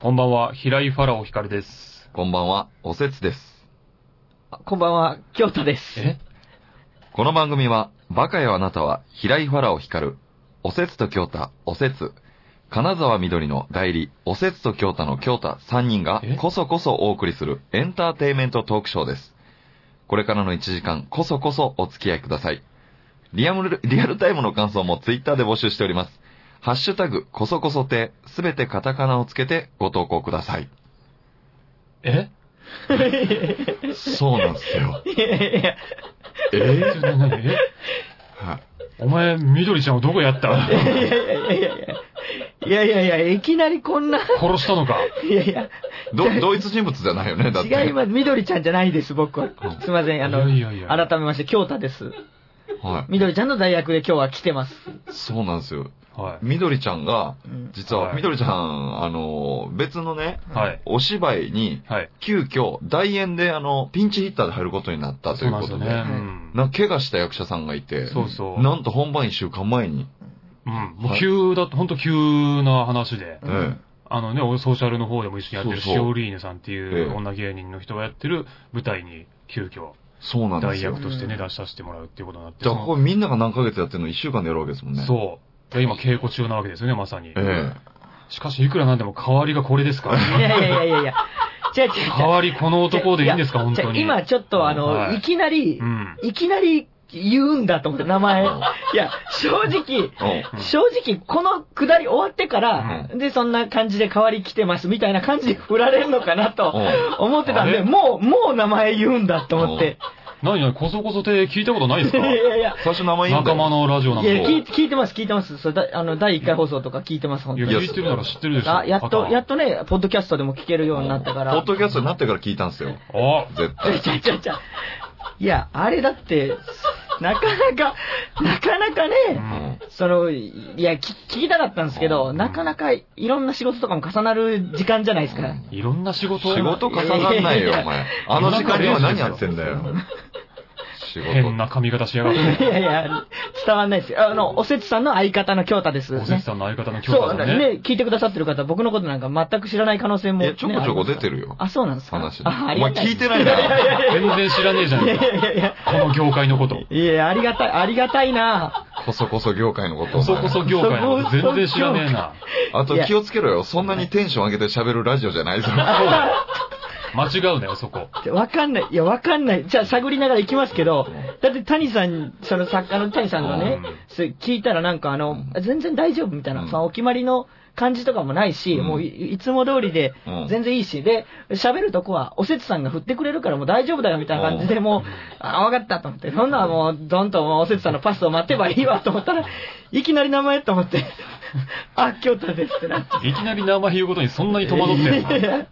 こんばんは、平井ファラオヒカルです。こんばんは、おせつです。あこんばんは、京都です。えこの番組は、バカよあなたは、平井ファラオ光る、おせつと京太、おせつ、金沢みどりの代理、おせつと京太の京太3人がえ、こそこそお送りするエンターテイメントトークショーです。これからの1時間、こそこそお付き合いください。リアムリアルタイムの感想もツイッターで募集しております。ハッシュタグ、こそこそて、すべてカタカナをつけてご投稿ください。えそうなんですよ。いやいやいやええななえはい。お前、みどりちゃんをどこやった いやいやいやいや、いきなりこんな、殺したのかいやいや、ど、同一人物じゃないよね、だって。違います。緑ちゃんじゃないです、僕は。すいません、あの、いやいやいや改めまして、京太です。はい。緑ちゃんの代役で今日は来てます。そうなんですよ。はい。みどりちゃんがうん、実はは、いみどりちゃん、あの、別のね、はい。お芝居に、はい。急遽、大演で、あの、ピンチヒッターで入ることになったとそいううなんこですとよで、ね。うん。なんか怪我した役者さんがいて、そうそう。うん。なんと本番一週間前に、もう急だと、ほんと急な話で。うんえあのね、俺ソーシャルの方でも一緒にやってるそうそうシオリーヌさんっていええう女芸人の人がやってる舞台に急遽えそうなんで代すよ役。としてね、うん出させてもらうっていうことになって。じゃあ、そのこれみんなが何ヶ月やってるの一週間でやるわけですもんね。う。そう。で今稽古中なわけですよね、まさに。えしかし、いくらなんでも代わりがこれですからいやいやいやいやいや。違う違う違う。代わりこの男でいいんですか、や本当に。違う今ちょっとあの、はいい、きなり、うん。いきなり言うんだと思って、名前。いや、正直、え。うん正直、この下り終わってから、で、そんな感じで代わり来てますみたいな感じで振られるのかなとう思ってたんあれで、もう、もう名前言うんだと思って。何々、こそこそって聞いたことない ですいかやいやいや。最初名前言うんだ仲よ間のラジオなんいやて。聞い聞いてます、聞いてます。それだあの、第1回放送とか聞いてます、本い当や、に。聞いてるなら知ってるでしょ。あ、やっと、やっと。とね、ポッドキャストでも聞けるようになったから。ポッドキャストになってから聞いたんですよ。あ絶ちゃ対。ちゃちゃちゃ。いや、あれだって、なかなか、なかなかうね、ん。その、いや、聞聞きたかったんですけど、うんなかなかいろんな仕事とかも重なる時間じゃないですか。うんいろんな仕事を仕事重なんないよ、お前。あの時間には何やってんだよ。仕変事。な髪型しやがって。いやいや、伝わんないですよ。あの、おせつさんの相方の京太です。おせつさんの相方の京そ太う、さんね。ね、聞いてくださってる方、僕のことなんか全く知らない可能性いも、ねや、。ちょこちょこ出てる。るよ。あ、そうなんですか話。あ、あおりが前たい聞でいす。てないな。全然知らねえじゃん。 いやいやいこの業界のこと。や。いや、ありがたい、ありがたいなこそこそ業界のこと。こそこそ業界のこと全然知らねえな。あと気をつけろよ。そんなにテンション上げて喋るラジオじゃないぞ。そうだよ。間違うなよ、そこ。わかんない。いや、わかんない。じゃあ、探りながら行きますけど、だって谷さん、その作家の谷さんがねうん、それ聞いたらなんかあの、う全然大丈夫みたいな、うんそのお決まりの感じとかもないし、うんもういいつも通りでうん、全然いいし、で、喋るとこは、おせつさんが振ってくれるからもう大丈夫だよみたいな感じで、もう、あ、わかったと思って、そんなんもう、どんともうおせつさんのパスを待てばいいわと思ったら、いきなり名前と思って、あ、京太ですってなって。いきなり名前言うことにそんなに戸惑ってんの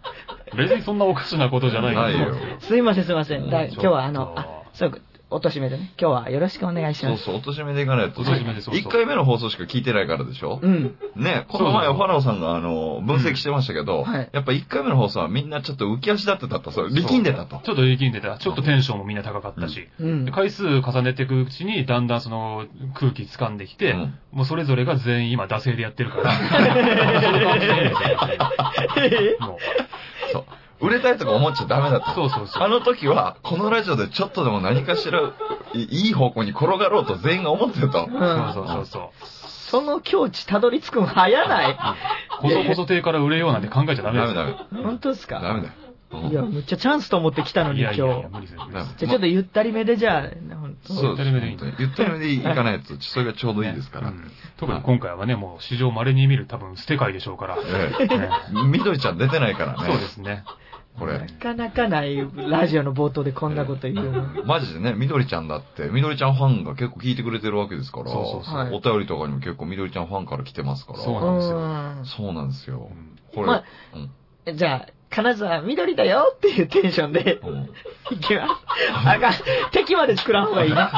別にそんなおかしなことじゃないないよ。すいません、すいませ。うんんちょだっと今日はあの、あ、そう、おとしめでね、今日はよろしくお願いしそまうす。そう、おとしめでいかないと。おとしめでそうそう1回目の放送しか聞いてないからでしょうん。ねこの前、そうそうファラオさんが、あの、分析してましたけど、んはいやっぱ1回目の放送はみんなちょっと浮き足立ってたと。そう力んでたと。ちょっと力んでた。ちょっとテンションもみんな高かったし。うんで。回数重ねていくうちに、だんだんその空気掴んできて、うんもうそれぞれが全員今、惰性でやってる から。その感じでいいですよもうそう。売れたいとか思っちゃダメだと。そうそうそうあの時は、このラジオでちょっとでも何かしら、いいい方向に転がろうと全員が思ってたと。うんそうそうそうそう。その境地たどり着くの早ない。こそこそ亭から売れようなんて考えちゃダダメでメすダよ。メ。本当ですダかメだよ。うんいや、むっちゃチャンスと思って来たのにい今やい日。じゃやいや、無理ですよ。無理ですあちょっとゆったりめでじゃあ、本当そうゆったりめでいいんだ本当にゆったりめでいかないと、それがちょうどいいですから。うん特に今回はね、もう史上稀に見る多分、捨て会でしょうから。えねえ。緑ちゃん出てないからね。そうですね。これな。かなかないラジオの冒頭でこんなこと言うの。マジでね、緑ちゃんだって、緑ちゃんファンが結構聞いてくれてるわけですから、そうそうそうはいお便りとかにも結構緑ちゃんファンから来てますから、そううなんですよんそうなんですよ。うんこれ、まあうん。じゃあ、金沢緑だよっていうテンションで、うんいきます。あかん、敵まで作らん方がいいな。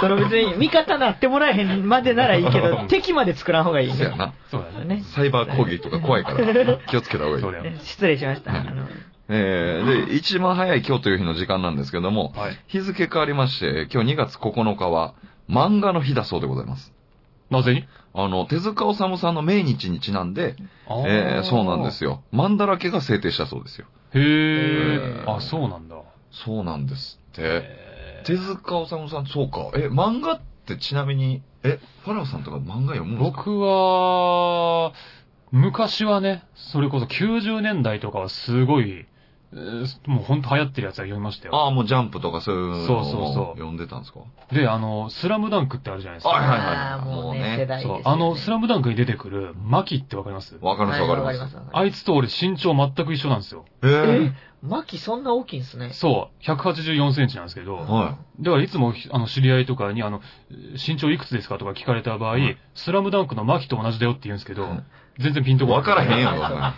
その別に味方なってもらえへんまでならいいけど、敵まで作らん方がいいそうやな。そうだね。ね。サイバー攻撃とか怖いから、気をつけた方がいいそう。だよ。失礼しました。あのえー、で、一番早い今日という日の時間なんですけども、はい日付変わりまして、今日2月9日は漫画の日だそうでございます。なぜにああの、手塚治虫さんの命日にちなんで、あーえーそうなんですよ。マンダラ家が制定したそうですよ。へええ。ーあ、そうなんだ。そうなんですって。へ手塚治虫さん、そうか。え、漫画ってちなみに、え、ファラオさんとか漫画読むんですか僕は、昔はね、それこそ90年代とかはすごい、えーもうほんと流行ってるやつは読みましたよ。ああ、もうジャンプとかそういうそうそうのそうを読んでたんですかで、あの、スラムダンクってあるじゃないですか。はいはいあーもうもうねね、世代ですそようね。。あの、スラムダンクに出てくる、マキってわかりますわかりますわかはいりわます。わかありいつと俺身長全く一緒なんですよ。えます。ー、え、マキそんな大きいんすね。そう、184センチなんですけど、はだからいつも、あの、知り合いとかに、あの、身長いくつですかとか聞かれた場合、うんスラムダンクのマキと同じだよって言うんですけど、うん全然ピンとこない。わからへんやろだ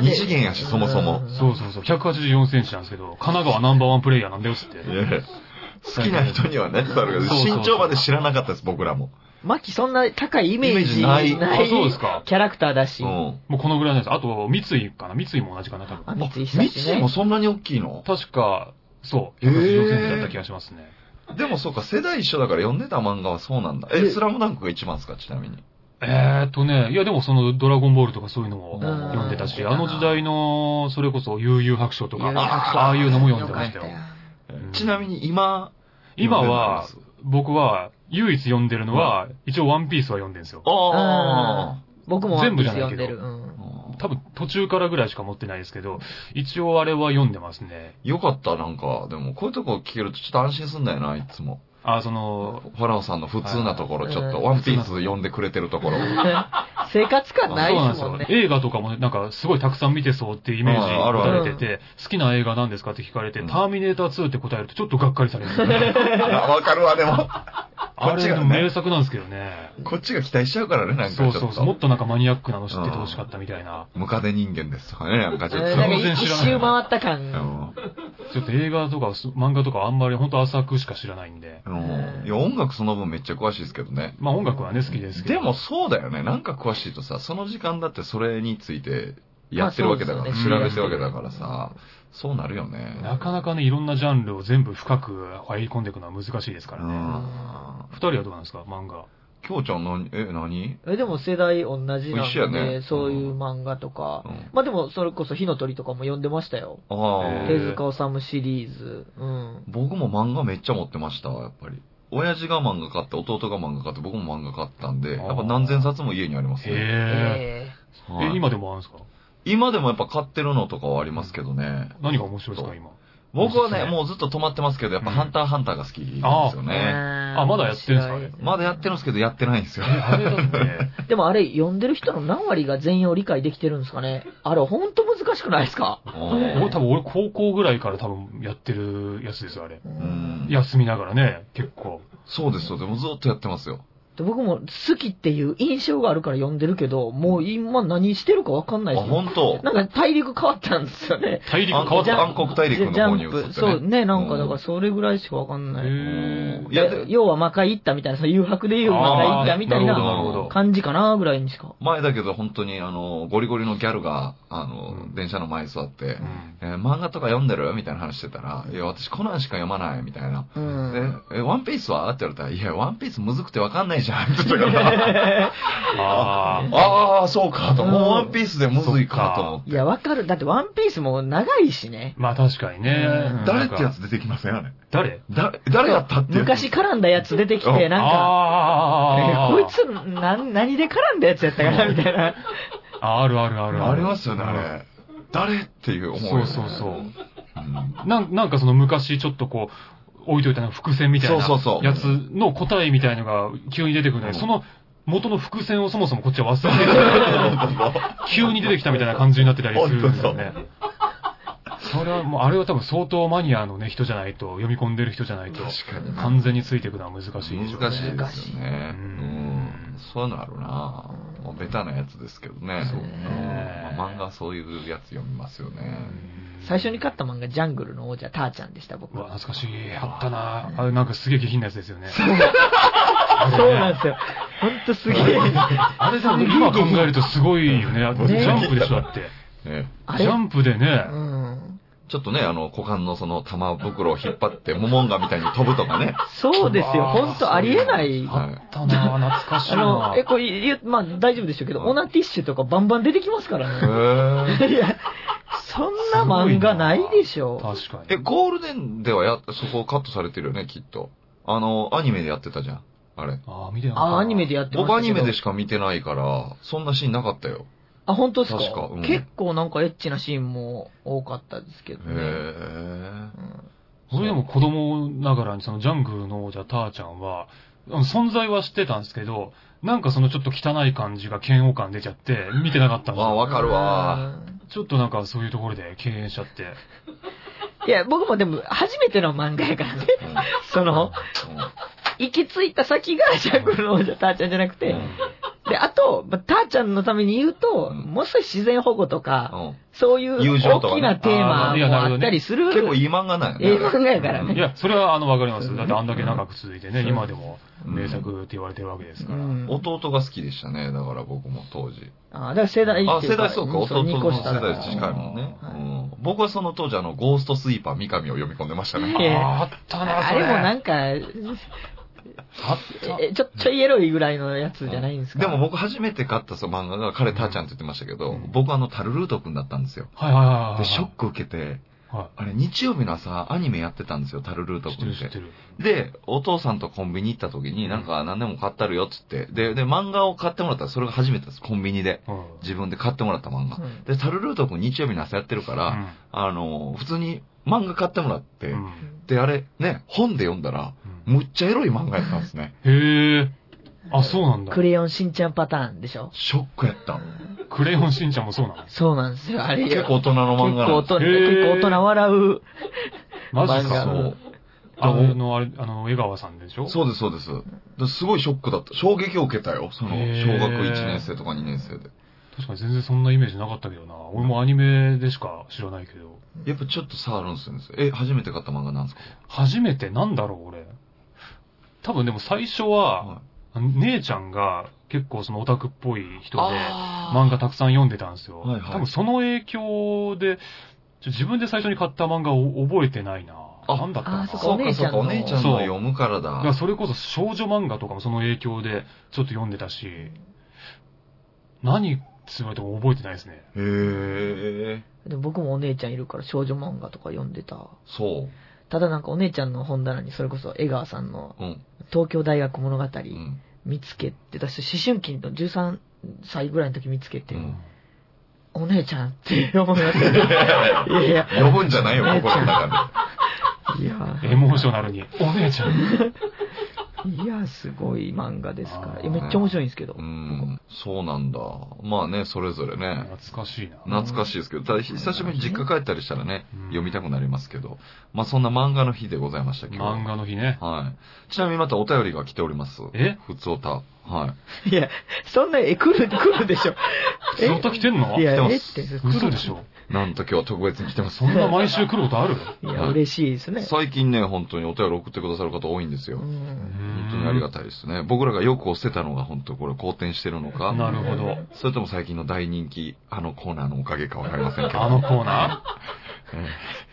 っ二次元やしそもそもんそうそうそう、184センチなんですけど、神奈川ナンバーワンプレイヤーなんだよっつって。い。いや 好きな人には何かあるけど、そうそうそう身長まで知らなかったです、僕らも。マキそんな高いイメージイメージないあそうですかキャラクターだし。ん。もうこのぐらいなんです。あと、三井かな三井も同じかな多分。あ、三井三久志井もね。そんなに大きいの確か、そう、へー184センチだった気がしますね。でもそうか、世代一緒だから読んでた漫画はそうなんだ。え、えスラムダンクが一番ですか、ちなみに。えーっとね、いやでもそのドラゴンボールとかそういうのもうん読んでたし、うんあの時代の、それこそ悠々白書とか、悠々白書ああいうのも読んでましたよかっよ。んちなみに今、今は読んで、僕は唯一読んでるのは、一応ワンピースは読んでるんですよ。あ僕も全部じゃない読けんどでる。うんあ。多分途中からぐらいしか持ってないですけど、一応あれは読んでますね。よかった、なんか。でも、こういうとこ聞けるとちょっと安心すんだよな、いつも。あ、その、ファラオさんの普通なところ、はいちょっと、うんワンピース読んでくれてるところ。 生活感なそいうなんでですすもんよね。。映画とかもねなんかすごいたくさん見てそうっていうイメージああある持あたるれてて、好きな映画なんですかって聞かれて、うんターミネーター2って答えるとちょっとがっかりされるんですよね。あわかるわ、でも。こあっちれがのね名作なんですけどね。こっちが期待しちゃうからね、なんかちそょうっと。そうそう。もっとなんかマニアックなの知っててほしかったみたいな。ムカデ人間ですとかね、なんかちょっと。うんなんか全然一知らない周回ったう感。んちょっと映画とかす漫画とかあんまり本当浅くしか知らないんで。うんいや、音楽その分めっちゃ詳しいですけどね。まあ音楽はね、好きですけど。でも、そうだよね。なんか詳しいとさ、その時間だってそれについてやってるわけだから、まあそうですよ調ねべてるわけだからさ、そうなるよね。なかなかね、いろんなジャンルを全部深く入り込んでいくのは難しいですからうね。ん。二人はどうなんですか漫画。きょうちゃん何、え、何え、でも世代同じな一緒やんねで、そういう漫画とかう。んまあでも、それこそ火の鳥とかも読んでましたよ。ああ。へ手え塚治虫シリーズ。うん。僕も漫画めっちゃ持ってました、やっぱり。親父が漫画買って、弟が漫画買って、僕も漫画買ったんで、あやーっぱ何千冊も家にありますね。へえ。えはいえ、今でもあるんですか今でもやっぱ買ってるのとかはありますけどね。何が面白いですか、今。僕はおすすね、めもうずっと止まってますけど、やっぱうんハンターハンターが好きなんですよえね。あまだやってるんすかあれ面白いまだやってるんですけど、やってないんです よ。あれだって。でもあれ、読んでる人の何割が全容理解できてるんですかねあれ、ほんと難しくないですか俺多分俺高校ぐらいから多分やってるやつですよ、あれ。ううんん休みながらね、結構。そうですよ。でもずっとやってますよ。で僕も好きっていう印象があるから読んでるけど、もう今何してるかわかんあ、ないですよ本当。なんか大陸変わったんですよね。大陸変わっじた。ゃ暗黒大陸の方に移ってねジャンプそうね、なんうかんだからそれぐらいしかわかんなへい。ーいやで要は魔界行ったみたいな、その誘惑で言う魔界行ったみたいあーななるほど、なるほど。感じかなぐらいにしか。前だけど本当に、あの、ゴリゴリのギャルが、あの、うん電車の前に座ってう、んえー漫画とか読んでるみたいな話してたら、いや、私コナンしか読まない、みたいな。うでん。え、ワンピースはって言われたら、いや、ワンピースむずくてわかんないじゃん、って言った から、ああ。 ああ、そうかと、うんもうワンピースでむずいかと思って。いや、わかる。だってワンピースも長いしね。まあ確かにね。うんうん誰ってやつ出てきませんあれ。誰だ、誰やったっていう。昔絡んだやつ出てきうんて、なんか、えああ。こいつ、なん、何で絡んだやつやったかなみたいな。ああるあるあるありますよね、あ。れ。誰っていう思いそようね。そうそううん。う。なんなんかその昔ちょっとこう、置いといたの伏線みたいなそうそうそうやつの答えみたいのが急に出てくるのうに、んその元の伏線をそもそもこっちは忘れてる。急に出てきたみたいな感じになってたりするんですよね。それはもう、あれは多分相当マニアのね、人じゃないと、読み込んでる人じゃないと、確かにね完全についていくのは難しいでしょうね。難しいですよね。ううんん。そういうのあるなぁもうベタなやつですけどね。そうねんまあ漫画はそういうやつ読みますよね。最初に買った漫画、ジャングルの王者、ターちゃんでした、僕うわ、は。懐かしい。あったなあれなんかすげえ下品なやつですよね。そうなんですよ。ほんとすげえ。あれさ、今考えるとすごいよね。ジねャンプでしょ、だって。ねあジれャンプでね、うん。ちょっとね、あの、股間のその玉袋を引っ張って、モモンガみたいに飛ぶとかね。そうですよ。本当ありえない。あった なぁ懐かしいあなの、え、これ、いやまあ大丈夫でしょうけど、オナティッシュとかバンバン出てきますから ね。 へえ。いや、そんな漫画ないでしょ。確かに。え、ゴールデンではや、そこカットされてるよね、きっと。あの、アニメでやってたじゃん。あれ。ああ、見てなかったあ、アニメでやってましたけど。僕アニメでしか見てないから、そんなシーンなかったよ。あ、本当ですか確かうん結構なんかエッチなシーンも多かったですけどへね。え。うんそれでも子供ながらに、そのジャングルの王者ターちゃんは、あの存在は知ってたんですけど、なんかそのちょっと汚い感じが嫌悪感出ちゃって、見てなかったんですあよ。わかるわ。ちょっとなんかそういうところで敬遠しちゃって。いや、僕もでも初めての漫画やか らうね。んその、行き着いた先がジャングルの王者ターちゃんじゃなくうんて、で、あと、まあターちゃんのために言うと、うんもう少し自然保護とか、 うんそういう友情とか大ねきなテーあマーいやもなるほどあねったりする、結構いい漫画なんやね。ええ漫画やからいね。や、それはあの、わかりますよ。うんだってあんだけ長く続いてね、うん今でも名うん作って言われてるわけですうから。ん、弟が好きでしたね、だから僕も当時。あーだから世代あ、ってい世うか代そうか、弟二の個世下だから代近いもんね。はいうん僕はその当時、あの、ゴーストスイーパー三上を読み込んでましたいね。やああったな、あそれれ。もなあんか、った。えちょ、ちょいエロいぐらいのやつじゃないんですか。でも僕初めて買ったその漫画が、彼、ターちゃんって言ってましたけど、うん僕あの、タルルート君だったんですよ。はいはいはいはい。で、ショック受けて、はあれ、日曜日の朝、アニメやってたんですよ、タルルートい。知って君るっ知ってて。る。で、お父さんとコンビニ行った時に、なんか何でも買ったるよっつって。で、で、漫画を買ってもらったら、それが初めてです、コンビニで。うん自分で買ってもらった漫画。うんで、タルルート君日曜日の朝やってるから、あの、普通に漫画買ってもらって、うんで、あれ、ね、本で読んだら、うんむっちゃエロい漫画やった んですね。へえ。あ、そうなんだク。レヨンしんちゃんパターンでしょショックやった。クレヨンしんちゃんもそうなのそうなんですよ、あれ。結構大人の漫結画構なん大ですよ人、へー結構大人笑う。マジ漫か。画大人そう。あの、あれ、あの、江川さんでしょそうです、そうです。ですごいショックだった。衝撃を受けたよ。その、へー小学1年生とか2年生で。確かに全然そんなイメージなかったけどな。俺もアニメでしか知らないけど。やっぱちょっと差あるんですよね。え、初めて買った漫画なんですか初めてなんだろう、俺。多分でも最初は、は姉ちゃんが結構そのオタクっぽい人で、あー漫画たくさん読んでたんですよ。はいはい多分その影響で、ちょ自分で最初に買った漫画を覚えてないな。あなんだったかあな。そい。うそうか、そうか、おお姉姉ちちゃゃんんのの読むからだからだ。それこそ少女漫画とかもその影響でちょっと読んでたし、何つまれても覚えてない ですね。へえ。でも僕もお姉ちゃんいるから少女漫画とか読んでた。そただなんかお姉ちゃんの本棚にそれこそ江川さんのう。うん。東京大学物語うん。見つけて、私思春期の13歳ぐらいの時見つけて、うん お姉ちゃんって思いました。いやいや、呼ぶんじゃないよ、心の中いや、エモーショナルに。お姉ちゃん。いや、すごい漫画ですから。あーいやめっちゃ面白いんですけど。で。うん。そうなんだ。まあね、それぞれね。懐かしいな。懐かしいですけど、ただ久しぶりに実家帰ったりしたらね、うん読みたくなりますけど、まあそんな漫画の日でございましたけど。漫画の日ね。はい。ちなみにまたお便りが来ております。えふつおた。はい。いや、そんな、え、来る、来るでしょ。ずっと来てんのい来や、てますえって、来嘘るでしょ。なんと今日は特別に来てますそ。んな 毎週来ることあるいや、嬉しいですね。最近ね、本当にお便り送ってくださる方多いんですよ。うん本当にありがとたいですね。僕らがよく押せたのが本当これ好転してるのか。なるほど。それとも最近の大人気、あのコーナーのおかげかわかりませんけど。あのコーナえー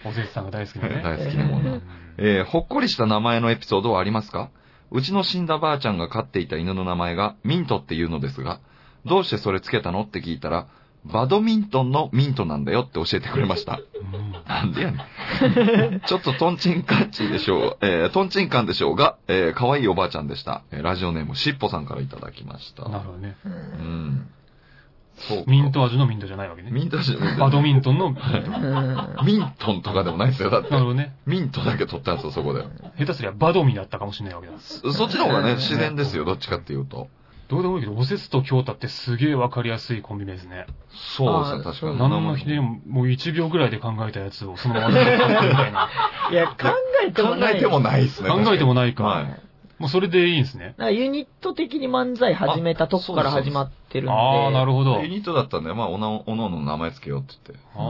おせつさんが大好きなえね。 大好きなもうの。んえーほっこりした名前のエピソードはありますかうちの死んだばあちゃんが飼っていた犬の名前がミントっていうのですが、どうしてそれつけたのって聞いたら、バドミントンのミントなんだよって教えてくれました。うんなんでやねん。 ちょっとトンチンカンチでしょう、えートンチンカンでしょうが、えー可愛いおばあちゃんでした。えーラジオネームしっぽさんからいただきました。なるほどね。うん。そうかミン。ト味のミントじゃないわけね。ミントじゃバドミントンのミント。うなんミントンとかでもないですよ。だってるほ。どね。ミントだけ取ったんですよ、そこで。下手すりゃバドミだったかもしれないわけだ。そっちの方がね、自然ですよ、どっちかっていうと。どうでもいいけど、おせつと京太ってすげえわかりやすいコンビ名ですね。そうですね、あー確かに。何のひねりも、もう1秒ぐらいで考えたやつをそのま ま使ってみたいな。いや、考えても考ない。えてもないですね。考えてもないか。はい。もうそれでいいんですね。なんかユニット的に漫才始めたとこからあそうです始まってるんで。ああ、なるほどユ。ニットだったんで、まあ、おなおのおの名前つけようって言って、あー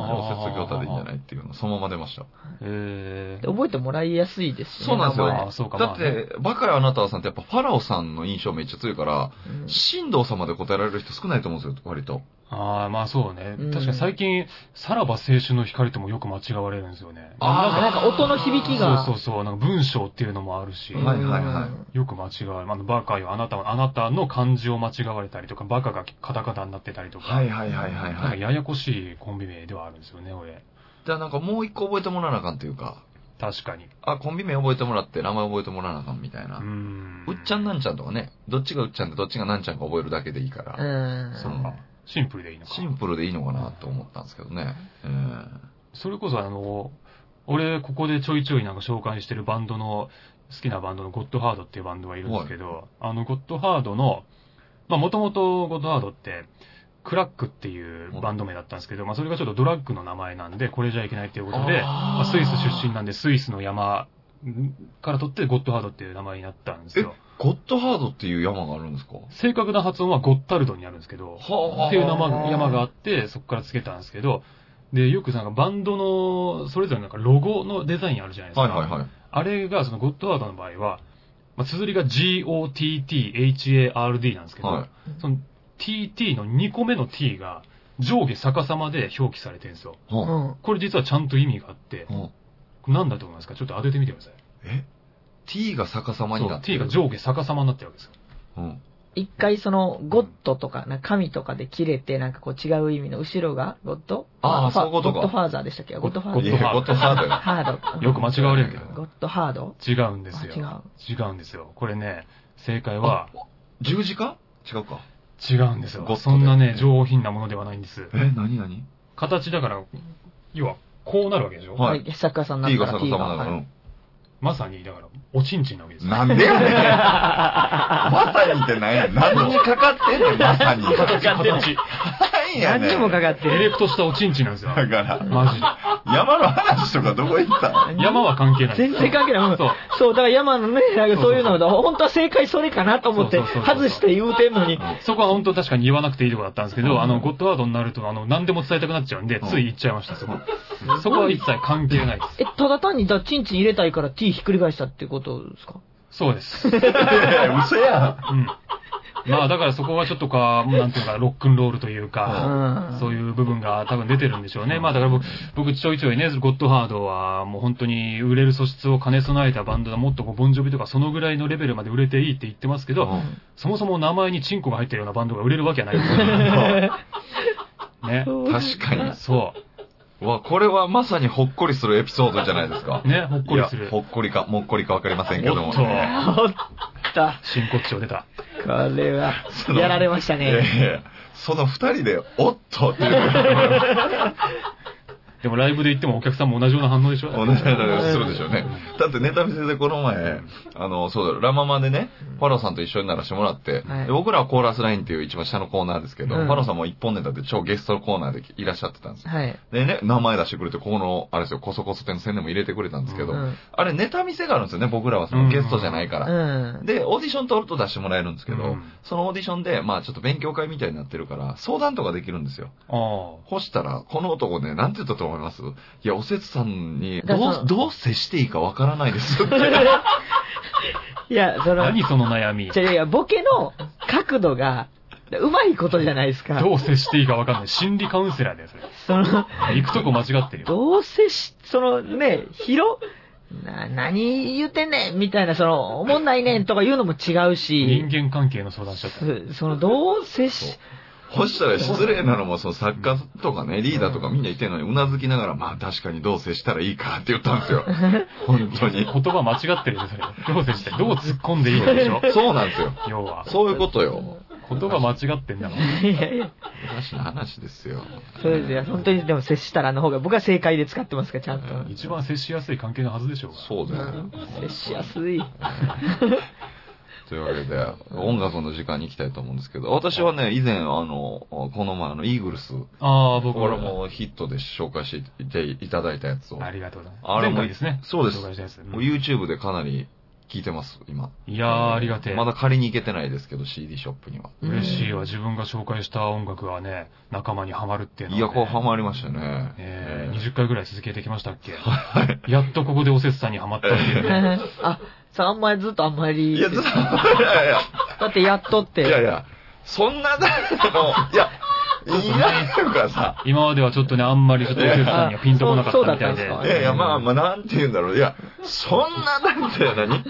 小説業態でいいんじゃないっていうの、そのまま出ました。えで覚えてもらいやすいですねそうなんです名前よ。あそうかだっまあねて、バカラあなたはさんってやっぱファラオさんの印象めっちゃ強いから、うん神道様で答えられる人少ないと思うんですよ、割と。ー、ああ、まあそうねうん。確かに最近、さらば青春の光ともよく間違われるんですよね。あーなんか音の響きがそうそうそう、なんか文章っていうのもあるし、はいはいはいよく間違われる。あの、バカよ、あなたは、あなたの漢字を間違われたりとか、バカがカタカタになってたりとか、はいはいはいはいなんはかい。ややこしいコンビ名ではあるんですよね、俺。じゃあなんかもう一個覚えてもらわなあかんというか、確かに。あ、コンビ名覚えてもらって名前覚えてもらわなあかんみたいな。うーん。うっちゃんなんちゃんとかね、どっちがうっちゃんでどっちがなんちゃんか覚えるだけでいいから、うん。そうかシンプルでいいのか。シンプルでいいのかなと思ったんですけどね。えそれこそあの、俺、ここでちょいちょいなんか紹介してるバンドの、好きなバンドのゴッドハードっていうバンドがいるんですけど、あの、ゴッドハードの、まあ、もともとゴッドハードって、クラックっていうバンド名だったんですけど、まあ、それがちょっとドラッグの名前なんで、これじゃいけないっていうことで、まああスイス出身なんで、スイスの山から取ってゴッドハードっていう名前になったんですよ。ゴッドハードっていう山があるんですか正確な発音はゴッタルドになるんですけど、はっていう山が山があって、そこからつけたんですけど、で、よくなんかバンドの、それぞれなんかロゴのデザインあるじゃないですか。はいはいはい。あれが、そのゴッドハードの場合は、まあ、綴りが GOTTHARD なんですけど、はいその TT の2個目の T が上下逆さまで表記されてるんですよ。うはん。これ実はちゃんと意味があって、あはあなんだと思いますかちょっと当ててみてください。え ?t が逆さまにそなうって T るが上下逆さまになってるわけですよ。うん。一回その、ゴッドとか、なんか神とかで切れて、なんかこう違う意味の後ろが、ゴッドあーファそういうことかゴッドファーザーでしたっけゴッドファーゴザッいドー。ハードやゴッドハードや。ハード。よく間違われるけど。ゴッドハード違うんですよ。あ違うんですよ。これね、正解は十字架違うか。違うんですゴッドよ。でそんなね、上品なものではないんです。え、なになに形だから、要は、こうなるわけでしょ、はいはい。サッカーさんに ?t ながったら逆 T さが。まなはいの。まさに、だから、おちんちんなわけでうすんよ。なんでやねん。まさにってないねん。何にかかってんねん、まさに。形、形。何やねん。何にもかかってエる。レクトしたおちんちんなんですよ。だから、マジで。山の話とかどこ行った の山は関係ない。全然関係ない。うんそう。そう、だから山のね、なんかそういうのそうが、本当は正解それかなと思ってそうそうそう、そう外して言うてんのに、そこは本当確かに言わなくていいとこだったんですけうんど、あの、ゴッドワードになると、あの、何でも伝えたくなっちゃうんでうん、つい言っちゃいました、そこ。そこは一切関係ないです。え、ただ単に、だ、チンチン入れたいから T ひっくり返したってことですかそうです。嘘やうん。まあだからそこはちょっとか、なんていうか、ロックンロールというか、んそういう部分が多分出てるんでしょうね。まあだから僕、僕ちょいちょいね、ゴッドハードはもう本当に売れる素質を兼ね備えたバンドだ、もっとこう、ボンジョビとかそのぐらいのレベルまで売れていいって言ってますけうど、んそもそも名前にチンコが入ってるようなバンドが売れるわけはないですよね。ね。確かに。そうわ、これはまさにほっこりするエピソードじゃないですか。う。ね、ほっこりすいやる。ほっこりか、もっこりかわかりませんけどおもっとね。おった。真骨頂出た。これはそ、のやられましたいやね。いやその二人で、おっとっていうでもライブで行ってもお客さんも同じような反応でしょ同じ話をするでしょうね。だってネタ見せでこの前、あの、そうだよ、ラママでね、ファローさんと一緒にならしてもらって、はいで僕らはコーラスラインっていう一番下のコーナーですけど、うんファローさんも一本ネタで超ゲストコーナーでいらっしゃってたんですよ。はい。でね、名前出してくれて、ここの、あれですよ、コソコソ店の宣伝も入れてくれたんですけど、うんあれネタ見せがあるんですよね、僕らはそうのんゲストじゃないから。うん。 で、オーディション通ると出してもらえるんですけど、うんそのオーディションで、まあちょっと勉強会みたいになってるから、相談とかできるんですよ。ああ。干したら、この男ね、なんて言ったと思いますいや、おせつさんに、だからど、そうのどう接していいかわからないですって。いや、その、何その悩み。じゃいや、ボケの角度が、うまいことじゃないですか。どう接していいか分かんない。心理カウンセラーだよ、それ。その、行くとこ間違ってるよ。どうせし、そのね、広、な、何言ってんねんみたいな、その、おもんないねんとか言うのも違うし人、間関係の相談しちゃった。そその、どうせし、干したら失礼なのも、その作家とかね、リーダーとかみんな言ってんのに、うなずきながら、まあ確かにどう接したらいいかって言ったんですよ。本当 に。言葉間違ってるよ、それ。どう接して、どう突っ込んでいいかでしょそうなんですよ。要は。そういうことよ。言葉間違ってんだもん。いやいや、昔の話ですよ。そうですよ。本当にでも接したらの方が、僕は正解で使ってますから、ちゃんと。一番接しやすい関係のはずでしょうが。そうだよ。接しやすい。というわけで、音楽の時間に行きたいと思うんですけど、私はね、以前、あの、この前、あの、イーグルス、ああ、僕これらも。もヒットで紹介していただいたやつを、ありがとうございあます。れも前回ですね。そうです紹介したやつ。うんもう YouTube でかなり聞いてます、今。いやー、ありがてえ。まだ借りに行けてないですけど、CD ショップには。嬉しいわ。自分が紹介した音楽がね、仲間にはまるっていうのいや、はね。こうハマりましたね。えー、20回ぐらい続けてきましたっけやっとここでおせつさんにはまったっていう ね。あ、そう、あんまりずっとあんま り。いや、ずっ と、いやいやだってやっとって。いやいや、そんな、あの、いや、いられるからさ。今まではちょっとね、あんまりちょっとお客さんにはピンとこなかったみたいで。あそうそうだっ たんいやいや、まあまあ、なんて言うんだろう。いや、そんな、なんて、何い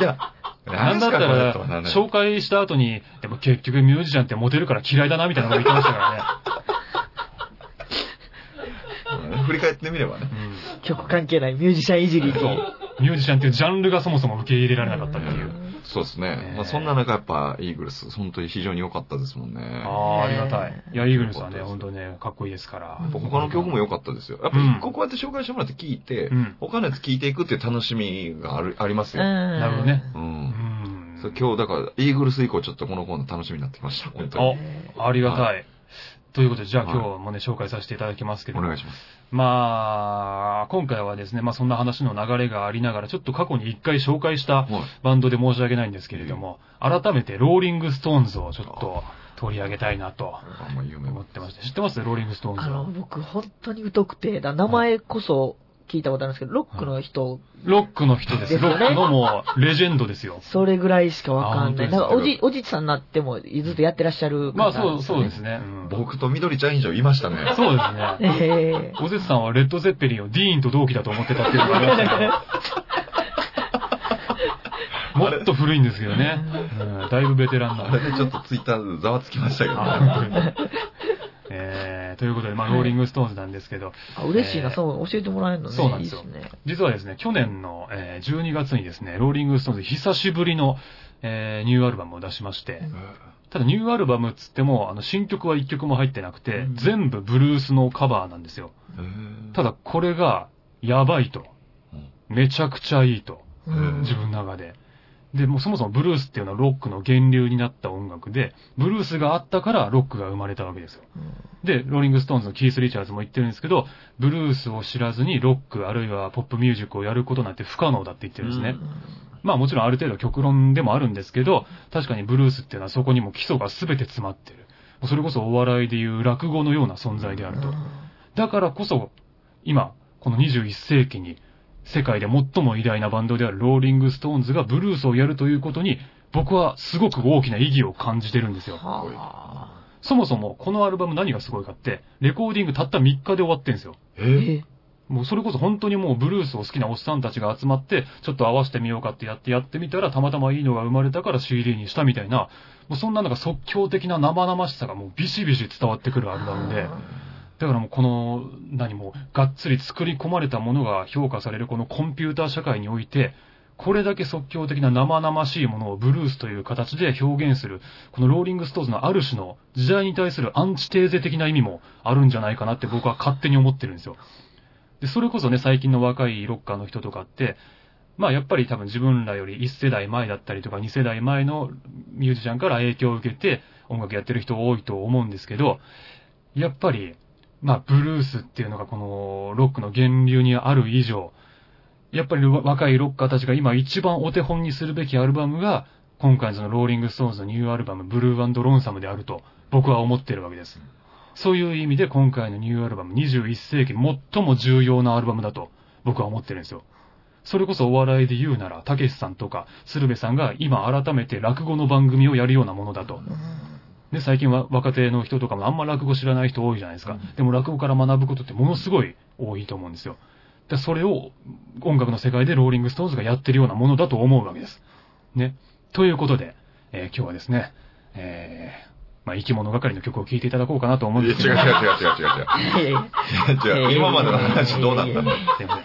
や、なんだったら、紹紹介した後に、でも結局ミュージシャンってモテるから嫌いだな、みたいなのが言ってましたか 振り返ってみればねら。ね。曲関係ないミュージシャンいじり。うん。ミュージシャンっていうジャンルがそもそも受け入れられなかったっていう。そうですねね。まあ、そんな中、やっぱ、イーグルス、本当に非常に良かったですもんね。ああー、ありがたい。いや、イーグルスはね、よかほったですんとね、かっこいいですから。やっぱ他の曲も良かったですよ。やっぱうん一個こうやって紹介してもらって聞いて、うん他のやつ聞いていくっていう楽しみがある、ありますよ。ななるほどね。う。うんん。そう今日、だから、イーグルス以降ちょっとこのコーナー楽しみになってきました。本当に。お、ありがた。はいということで、じゃあはい今日もね、紹介させていただきますけどお、願いします。まあ、今回はですね、まあそんな話の流れがありながら、ちょっと過去に一回紹介したはい。バンドで申し訳ないんですけれども、改めてローリングストーンズをちょっと取り上げたいなとあんま有名思ってまして、知ってますローリングストーンあズの、は。僕、本当に疎くて、だ名前こそ聞いたことあるんですけど、ロックの人、ロックの人です。ですよロねックのもう、レジェンドですよ。それぐらいしかわかんあな本当でい。すなかんか、おじ、おじさんになっても、ずっとやってらっしゃる ま方。あそう、そうですすね。うん僕と緑ちゃん以上いましたね。そうですね。 ええ小節さんはレッド・ゼッペリンをディーンと同期だと思ってたっていうのがありましたけ ど、もっと古いんですけどね。うんだいぶベテランあれ な。でちょっとツイッターざわつきましたけどね。あ本当にえーということで、まあ、ローリング・ストーンズなんですけど、あ嬉しいな、えーそう、教えてもらえるのね。そうなんですよいいっね。実はですね、去年の、えー12月にですね、ローリング・ストーンズ久しぶりの、えーニューアルバムを出しまして、ただニューアルバムっつっても、あの新曲は1曲も入ってなくてうん、全部ブルースのカバーなんですよ。ただ、だこれが、やばいとうん。めちゃくちゃいいと。ううんん自分の中で。で、もうそもそもブルースっていうのはロックの源流になった音楽で、ブルースがあったからロックが生まれたわけですよ。で、ローリングストーンズのキース・リチャーズも言ってるんですけど、ブルースを知らずにロックあるいはポップミュージックをやることなんて不可能だって言ってるんですね。うんまあもちろんある程度極論でもあるんですけど、確かにブルースっていうのはそこにも基礎が全て詰まってる。もうそれこそお笑いでいう落語のような存在であると。だからこそ、今、この21世紀に、世界で最も偉大なバンドであるローリング・ストーンズがブルースをやるということに、僕はすごく大きな意義を感じてるんですよ。はそもそも、このアルバム何がすごいかって、レコーディングたった3日で終わってんですよ。あ。ええもうそれこそ本当にもうブルースを好きなおっさんたちが集まって、ちょっと合わせてみようかってやってやってみたら、たまたまいいのが生まれたから CD にしたみたいな、もうそんななんか即興的な生々しさがもうビシビシ伝わってくるアルバムで、だからもうこの、何も、がっつり作り込まれたものが評価されるこのコンピューター社会において、これだけ即興的な生々しいものをブルースという形で表現する、このローリングストーンズのある種の時代に対するアンチテーゼ的な意味もあるんじゃないかなって僕は勝手に思ってるんですよ。で、それこそね、最近の若いロッカーの人とかって、まあやっぱり多分自分らより1世代前だったりとか2世代前のミュージシャンから影響を受けて音楽やってる人多いと思うんですけど、やっぱり、まあブルースっていうのがこのロックの源流にある以上、やっぱり若いロッカーたちが今一番お手本にするべきアルバムが、今回のそのローリングストーンズのニューアルバム、ブルーロンサムであると僕は思ってるわけです。そういう意味で今回のニューアルバム21世紀最も重要なアルバムだと僕は思ってるんですよ。それこそお笑いで言うなら、たけしさんとか鶴瓶さんが今改めて落語の番組をやるようなものだと。ね、最近は若手の人とかもあんま落語知らない人多いじゃないですか。でも落語から学ぶことってものすごい多いと思うんですよ。だそれを音楽の世界でローリングストーンズがやってるようなものだと思うわけです。ね。ということで、えー今日はですね、えーまあ、生き物係の曲を聴いていただこうかなと思うんいでや違すうけど。違う違う違う違ういやいや違う。違う。今までの話どうだったのすいません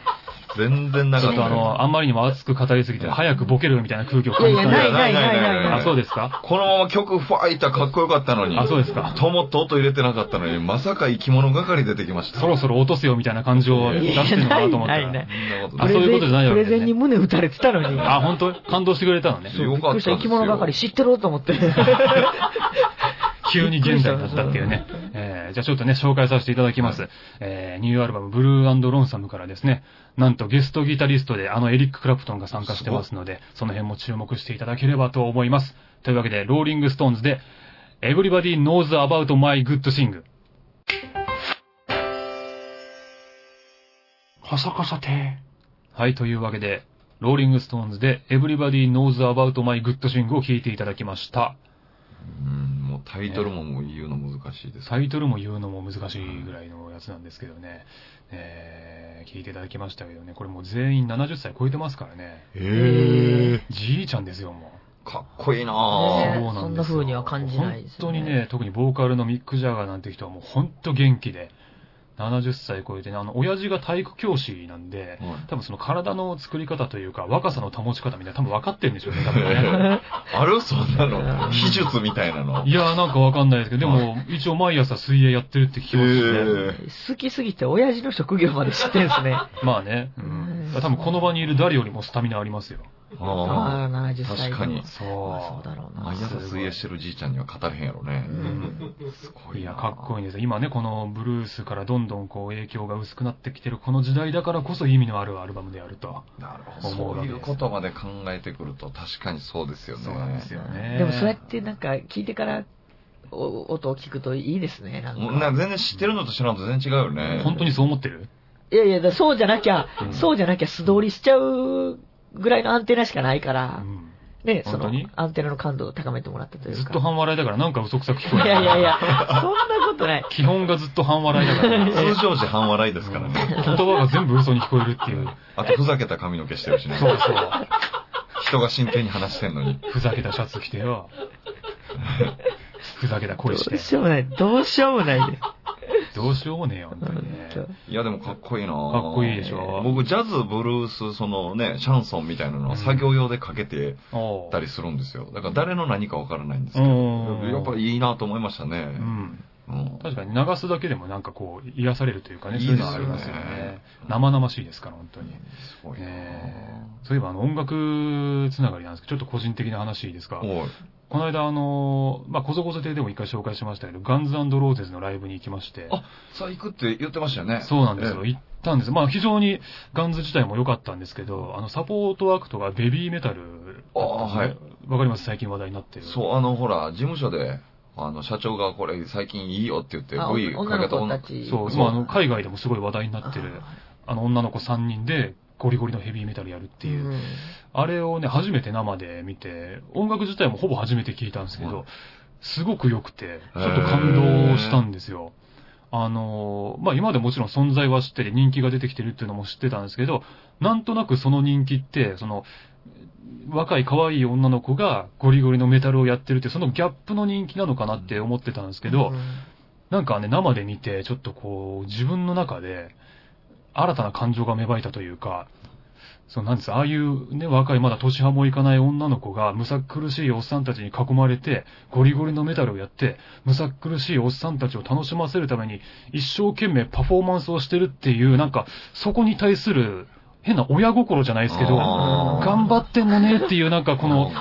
全然なちかょっったとあ の、あんまりにも熱く語りすぎて、早くボケるみたいな空気を感いじやたいや、んないで。ないないないない。あ、そうですかこのまま曲ファイターかっこよかったのに。あ、そうですか。ともっと音入れてなかったのに、まさか生き物係出てきました。そろそろ落とせよみたいな感情を出してるのかなと思ったいやいやないないら。そんなことあなそういうことじゃないわけプですねレゼンに胸打たれてたのに。あ、本当感動してくれたのね。よびっかったくでりしすたよ生き物係知ってろと思って。急に現代だったっていうね。えー、じゃあちょっとね、紹介させていただきます。えー、ニューアルバム、ブルーロンサムからですね、なんとゲストギタリストで、あのエリック・クラプトンが参加してますので、その辺も注目していただければと思います。というわけで、ローリング・ストーンズで、Everybody Knows About My Good Sing。カサカサてはい、というわけで、ローリングストーンズで Everybody Knows About My Good Sing を聴いていただきました。うんもうタイトルももう言うの難しいです。タイトルも言うのも難しいぐらいのやつなんですけどね、えー聞いていただきましたけどね、これもう全員70歳超えてますからね、えじいちゃんですよ、もう。ー、かっこいいそうなぁ。ねなんですよそんな風には感じないです本当よねにね、特にボーカルのミック・ジャガーなんて人はもう本当元気で、70歳超えてね、あの、親父が体育教師なんで、はい多分その体の作り方というか、若さの保ち方みたいな、多分分かってるんでしょうね、多分 ね。あるそんなの。秘術みたいなの。いやーなんか分かんないですけど、でも、一応毎朝水泳やってるって聞きえますしね。ー好きすぎて親父の職業まで知ってんすね。まあね、ううんん。多分この場にいる誰よりもスタミナありますよ。あああ、70歳でも。確かにそう。まあそうだろうーな。毎朝水泳してるじいちゃんには語れへんやろねう。んすごいいなや、かっこいいんですよ今ね、このブルースからどんどんこう影響が薄くなってきてるこの時代だからこそ意味のあるアルバムであると。なるほど。思うそわうけいですうことまで考えてくると確かにそうですよね。そうなんですよねでもそうやってなんか聞いてからお音を聞くといいですね。なんもうなかんか全然知ってるのと知らんと全然違うよね。本当にそう思ってるいやいや、だそうじゃなきゃ、うんそうじゃなきゃ素通りしちゃうぐらいのアンテナしかないかうら、ん。ね、その本当にアンテナの感度を高めてもらったというか。ずっと半笑いだからなんか嘘くさく聞こえいるやいやいや、そんなことない。基本がずっと半笑いだから。通常時半笑いですからね。言葉が全部嘘に聞こえるっていう。あと、ふざけた髪の毛してるしね。そうそう。人が真剣に話してんのに。ふざけたシャツ着てよ。ふざけたど声しうて。しようもない。どうしようもないです。どうしようもねえよ、本当にね。本いや、でもかっこいいなぁかっこいいでしょ僕、ジャズ、ブルース、そのね、シャンソンみたいなのは作業用でかけておうたりするんですよ。だから誰の何かわからないんですけうど。ん。やっぱりいいなと思いましたうね。ん。うん確かに流すだけでもなんかこう、癒されるというかね、いそういいでうすのよねはありますよね。生々しいですから、本当に。すごいなえぁーそういえばあの音楽つながりなんですけど、ちょっと個人的な話いいですか。おいこの間あの、まあ、こそこそ亭でも一回紹介しましたけど、ガンズローゼズのライブに行きまして、あさあ行くって言ってましたよね。そうなんですよ。ええ。行ったんです。まあ、非常にガンズ自体も良かったんですけど、あの、サポートアクトがベビーメタルだったんですね。わかります最近話題になってる。そう、あの、ほら、事務所で、あの、社長がこれ最近いいよって言って、あ V 女かけたの子女たち。そう、そうまあ、あの、海外でもすごい話題になってる、あの、女の子3人でゴリゴリのヘビーメタルやるっていう。んあれをね、初めて生で見て、音楽自体もほぼ初めて聞いたんですけはいど、すごく良くて、ちょっと感動したんですよ。あのー、まあ、今でもちろん存在は知ってて、人気が出てきてるっていうのも知ってたんですけど、なんとなくその人気って、その、若い可愛い女の子がゴリゴリのメタルをやってるって、そのギャップの人気なのかなって思ってたんですけど、なんかね、生で見て、ちょっとこう、自分の中で、新たな感情が芽生えたというか、そうなんです。ああいうね、若い、まだ年派もいかない女の子が、むさ苦しいおっさんたちに囲まれて、ゴリゴリのメタルをやって、むさ苦しいおっさんたちを楽しませるために、一生懸命パフォーマンスをしてるっていう、なんか、そこに対する、変な親心じゃないですけど、あー頑張ってんのねっていう、なんかこの、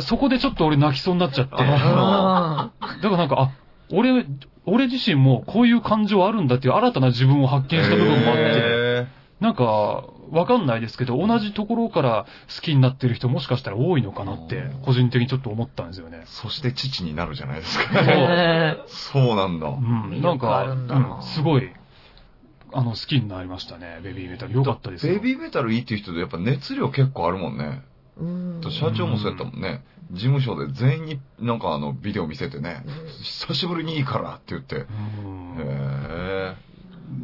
そこでちょっと俺泣きそうになっちゃって。あだからなんか、あ、俺、俺自身もこういう感情あるんだっていう新たな自分を発見した部分もあって、へなんか、わかんないですけど、同じところから好きになってる人もしかしたら多いのかなってうん、個人的にちょっと思ったんですよねー。そして父になるじゃないですーか。へーそうなんだ。うん、なん魅力か、あるんだなうんすごい、あの、好きになりましたね、ベビーメタル。よかったですよベビーメタルいいっていう人でやっぱ熱量結構あるもんね。うん社長もそうやったもんね。事務所で全員になんかあのビデオ見せてね、久しぶりにいいからって言って。うんへ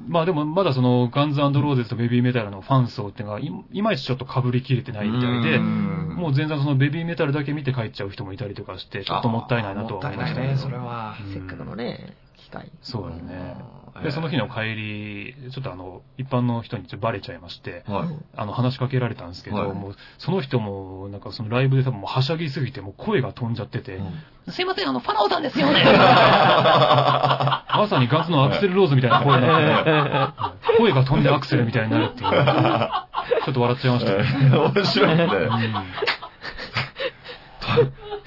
まあでも、まだその、ガンズローゼズとベビーメタルのファン層っていうのが、いいまいちちょっと被りきれてないみたいで、もう全然そのベビーメタルだけ見て帰っちゃう人もいたりとかして、ちょっともったいないなとは思いましたけど。はうんせっかくのね、機会。そうだね。で、その日の帰り、ちょっとあの、一般の人にちょっとバレちゃいまして、はい。あの、話しかけられたんですけど、はいもう、その人も、なんかそのライブで多分もうはしゃぎすぎて、もう声が飛んじゃってて、すいません、あの、ファラオさんですよねまさにガンズのアクセルローズみたいな声になって、声が飛んでアクセルみたいになるっていう、ちょっと笑っちゃいましたね。面白いね。うん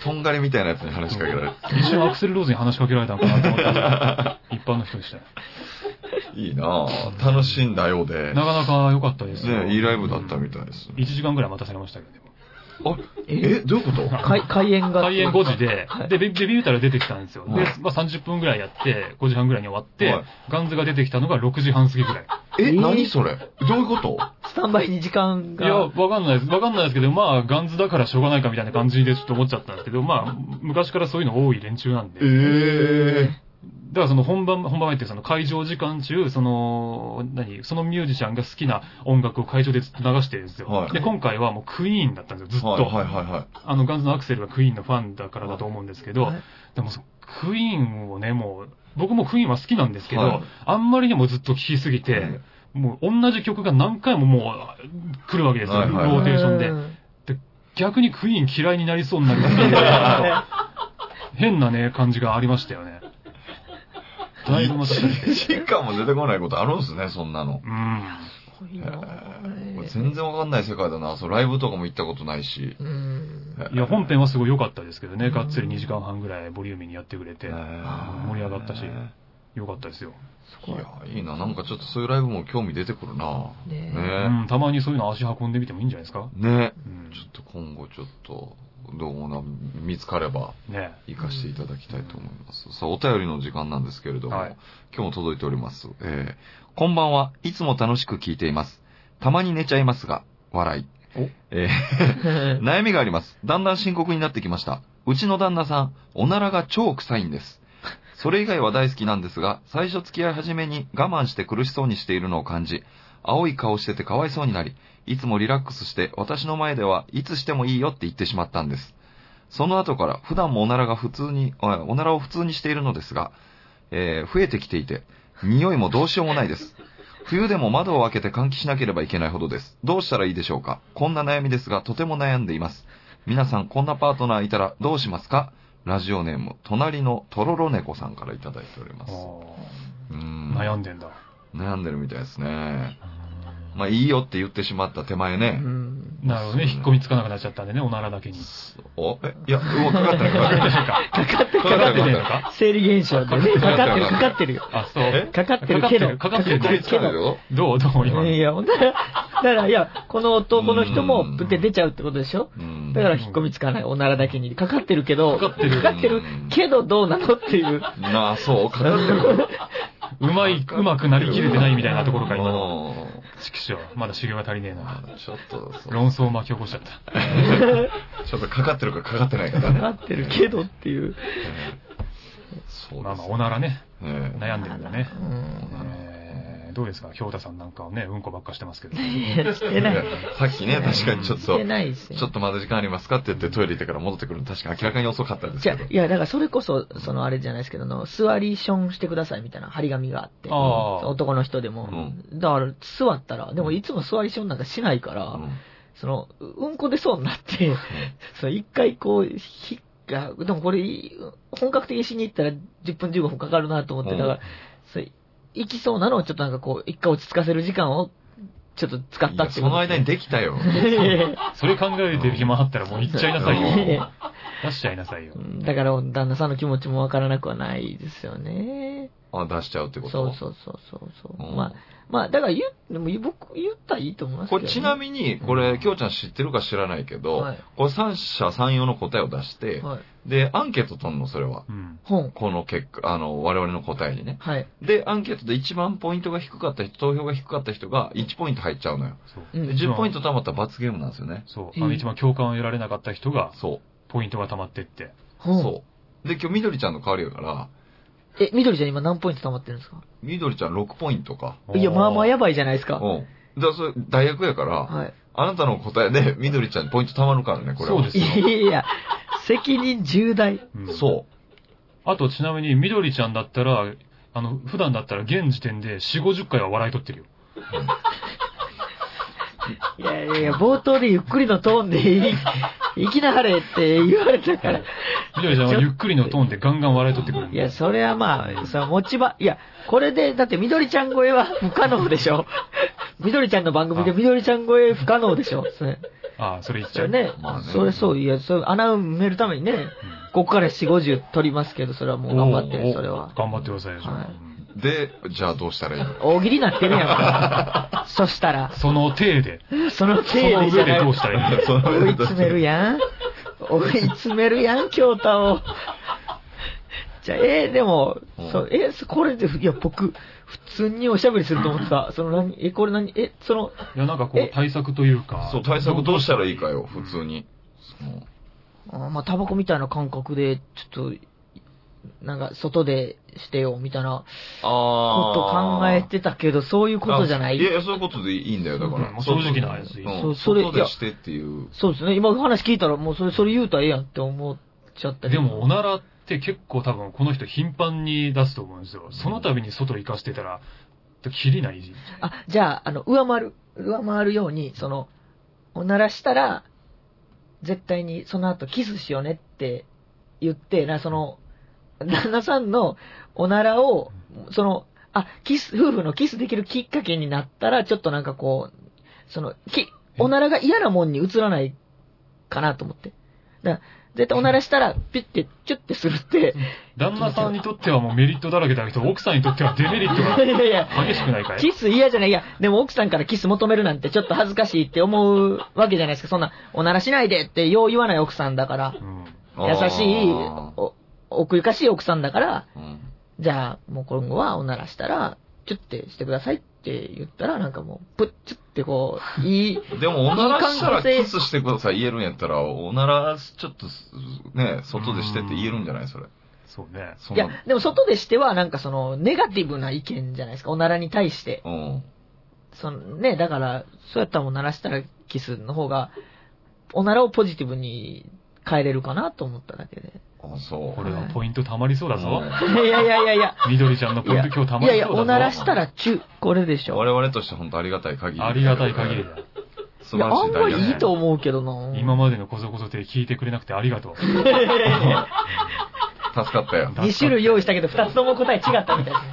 とんがりみたいなやつに話しかけられる。一瞬アクセルローズに話しかけられたのかなと思ったんですけど一般の人でした ね。いいなぁ。楽しんだようで。なかなか良かったですよ。ね、いいライブだったみたいです。 1時間ぐらい待たされましたけど、でも。あ、え、どういうこと開開演が。開演5時では、いで、デデビューたら出てきたんですよ。ではい、まあ、30分ぐらいやって、5時半ぐらいに終わってはい、ガンズが出てきたのが6時半過ぎぐらい。え、えー何それどういうことスタンバイに時間いや、がわ。かんないです。わかんないですけど、まあ、ガンズだからしょうがないかみたいな感じでちょっと思っちゃったんですけど、まあ、昔からそういうの多い連中なんで。えだからその本番、本番前っていうかその会場時間中、その、何、そのミュージシャンが好きな音楽を会場でずっと流してるんですよ。はいで、今回はもうクイーンだったんですよ、ずっと。はいはいはいはい。あの、ガンズのアクセルがクイーンのファンだからだと思うんですけど、はいでもそクイーンをね、もう、僕もクイーンは好きなんですけど、はいあんまりにもずっと聴きすぎて、もう同じ曲が何回ももう来るわけですよ、はいはいローテーションでう。ん逆にクイーン嫌いになりそうになりますね 変なね、感じがありましたよね。だいぶまた1時間も出てこないことあるんですね、そんなの。うん。すごいなこれ全然わかんない世界だな。そう、ライブとかも行ったことないし。うんいや、本編はすごい良かったですけどね、がっつり2時間半ぐらいボリューミーにやってくれて、盛り上がったしいや、良かったですよ。ごいいいな。なんかちょっとそういうライブも興味出てくるな。ねうねん、たまにそういうの足運んでみてもいいんじゃないですか。ねうんちょっと今後ちょっと、どうな、見つかれば。ね行かしていただきたいと思います。さあ、お便りの時間なんですけれども、はい今日も届いております。えー、こんばんはいつも楽しく聞いています。たまに寝ちゃいますが、笑い。おえー悩みがあります。だんだん深刻になってきました。うちの旦那さん、おならが超臭いんです。それ以外は大好きなんですが、最初付き合い始めに我慢して苦しそうにしているのを感じ、青い顔しててかわいそうになり、いつもリラックスして私の前ではいつしてもいいよって言ってしまったんです。その後から普段もおならが普通に、あおならを普通にしているのですが、えー増えてきていて、匂いもどうしようもないです。冬でも窓を開けて換気しなければいけないほどです。どうしたらいいでしょうかこんな悩みですが、とても悩んでいます。皆さん、こんなパートナーいたらどうしますかラジオネーム、隣のとろろ猫さんからいただいております。うん悩んでんだ。悩んでるみたいですね。まあ、いいよって言ってしまった手前ね。うんなるほどね、引っ込みつかなくなっちゃったんでね、おならだけに。おえ、いや、うわ、かかってない、かかっ てない。かかかってるかかってるのか生理現象で ね。かかってる、かかってるよ。あ、そうえ。かかってるけど。かかってるかかかかっっててるるよ。どうどう今の。いや、ほんとだだから、いや、この男の人うもん、ぶって出ちゃうってことでしょうんだから引っ込みつかない。おならだけに。かかってるけど、かかってるかかってるけど、どうなのっていう。なあ、そう、かかってる。うまい、うまくなりきれてないみたいな ところか、今の。もちくしょう。まだ修行が足りねえな。う、ちょっと、そう論争を巻き起こしちゃった。ちょっとかかってるかかかってないかかからね。ってるけどっていう。そうまであすまあ、おならね、ね。悩んでるんだね。うんえーどうですか京太さんなんかはね、うんこばっかしてますけど。いやしてない。さっきね、確かにちょっしてと、ないですよちょっとまだ時間ありますかって言ってトイレ行ってから戻ってくるの確かに明らかに遅かったですじけゃど。いや、だからそれこそ、そのあれじゃないですけど、あの座りションしてくださいみたいな張り紙があって、ああ男の人でも。だから、座ったら、でもいつも座りションなんかしないから、うんその、ううんこ出そうになって、 その一回こう、ひあでもこれ、い本格的にしに行ったら10分15分かかるなと思って、だかうんら、それ行きそうなのをちょっとなんかこう、一回落ち着かせる時間を、ちょっと使っいたっやてそいうことの間にできたよ。いや いやいそれ考えてる暇あったらもう行っちゃいなさいやいやいよ。や出しちゃいなさいよう。 んだから、旦那さんの気持ちもわからなくはないですよね。あ、出しちゃうってことそうそうそうそうそう。うんまあ、まあ、だから言う、でも僕言ったらいいと思いますけこど、ね。れちなみに、これ、きょうちゃん知ってるか知らないけど、はいこれ三者三様の答えを出して、はい。で、アンケート取るの、それは。うん。本。この結果、あの、我々の答えにね。はい。で、アンケートで一番ポイントが低かった人、投票が低かった人が1ポイント入っちゃうのよ。そう。うでん。 10ポイント貯まったら罰ゲームなんですよね。そう。あの、一番共感を得られなかった人が、そポイントが溜まってって。う。本。そう。で、今日、みどりちゃんの代わりやから、え、緑ちゃん今何ポイント溜まってるんですかみどりちゃん6ポイントか。いや、まあまあやばばいじゃないですうか。ん。だからそれ、大学やから、はい。あなたの答えで、みどりちゃんにポイント貯まるからね、これは。そうですいよやいや、責任重大。う。そあと、ちなみに、みどりちゃんだったら、あの、普段だったら現時点で4、50回は笑い取ってるよ。いやいやいや、冒頭でゆっくりのトーンでいい、行きなはれって言われたから。みどりちゃんはゆっくりのトーンでガンガン笑い取ってくるんいで。や、それはまあ、それは持ち場、いや、これで、だって緑ちゃん超えは不可能でしょ。 緑ちゃんの番組で緑ちゃん超え不可能 でしょ。それああ、それ言っちそゃれう。ね、まあねそれそう、いや、それ穴埋めるためにね、ここから4、50取りますけど、それはもう頑張っておる、うそれは。頑張ってくださいよ。はいうんう。で、じゃあどうしたらいいの大喜利なってるやんか。 そしたら、その体で、そのその程度じ上ゃなでいどう。したらいいのその 追い詰めるやん。追い詰めるやん、京太を。じゃあ、えーでもうん、そう、えーそこれで、いや、僕、普通におしゃべりすると思ってた。その何、え、これ何、え、その、いや、なんかこうえ対策というか。そう、対策どうしたらいいかよ、普通に。そうあーまあ、タバコみたいな感覚で、ちょっと、なんか、外でしてよ、みたいなあこと考えてたけど、そういうことじゃなあいやい。いや、そういうことでいいんだよ、だから。うんもう正直なやつうそんうそれ外でしてっていう。そうですね。今お話聞いたら、もうそれ、それ言うたらええやんって思っちゃったけでど。も、おならって結構多分この人頻繁に出すと思うんですよ。その度に外行かしてたら、切りない。あ、じゃあ、あの、上回る、上回るように、その、おならしたら、絶対にその後キスしようねって言って、な、その、旦那さんのおならを、その、あ、キス、夫婦のキスできるきっかけになったら、ちょっとなんかこう、その、き、おならが嫌なもんに移らないかなと思って。だから絶対おならしたら、ピュッて、チュッてするって、旦那さんにとってはもうメリットだらけだけど、奥さんにとってはデメリットがいやいや、激しくないかいキス嫌じゃない。いや、でも奥さんからキス求めるなんてちょっと恥ずかしいって思うわけじゃないですか。そんな、おならしないでってよう言わない奥さんだからう、ん。優しい、あーお奥ゆかしい奥さんだから、うんじゃあもう今後はおならしたら、チュッてしてくださいって言ったら、なんかもう、プッチュってこう、いい、でも、おならしたらキスしてください言えるんやったら、おなら、ちょっと、ね、外でしてって言えるんじゃないそれ。そうね。そいんなや、でも外でしてはなんかその、ネガティブな意見じゃないですか。おならに対して。うん。そのね、だから、そうやったらおならしたらキスの方が、おならをポジティブに変えれるかなと思っただけで。あ、そう。これはポイント溜まりそうだぞ。いやいやいやいや。みどりちゃんのポイント今日溜いまやいりそうだや、ぞ。おならしたらチュ、これでしょ。我々として本当ありがたい限り。ありがたい限りだ。素い晴や、らしあいんダまイヤりいいと思うけどな。今までのこそこそで聞いてくれなくてありがとう。助かったよ。 2種類用意したけど、2つとも答え違ったみたいな。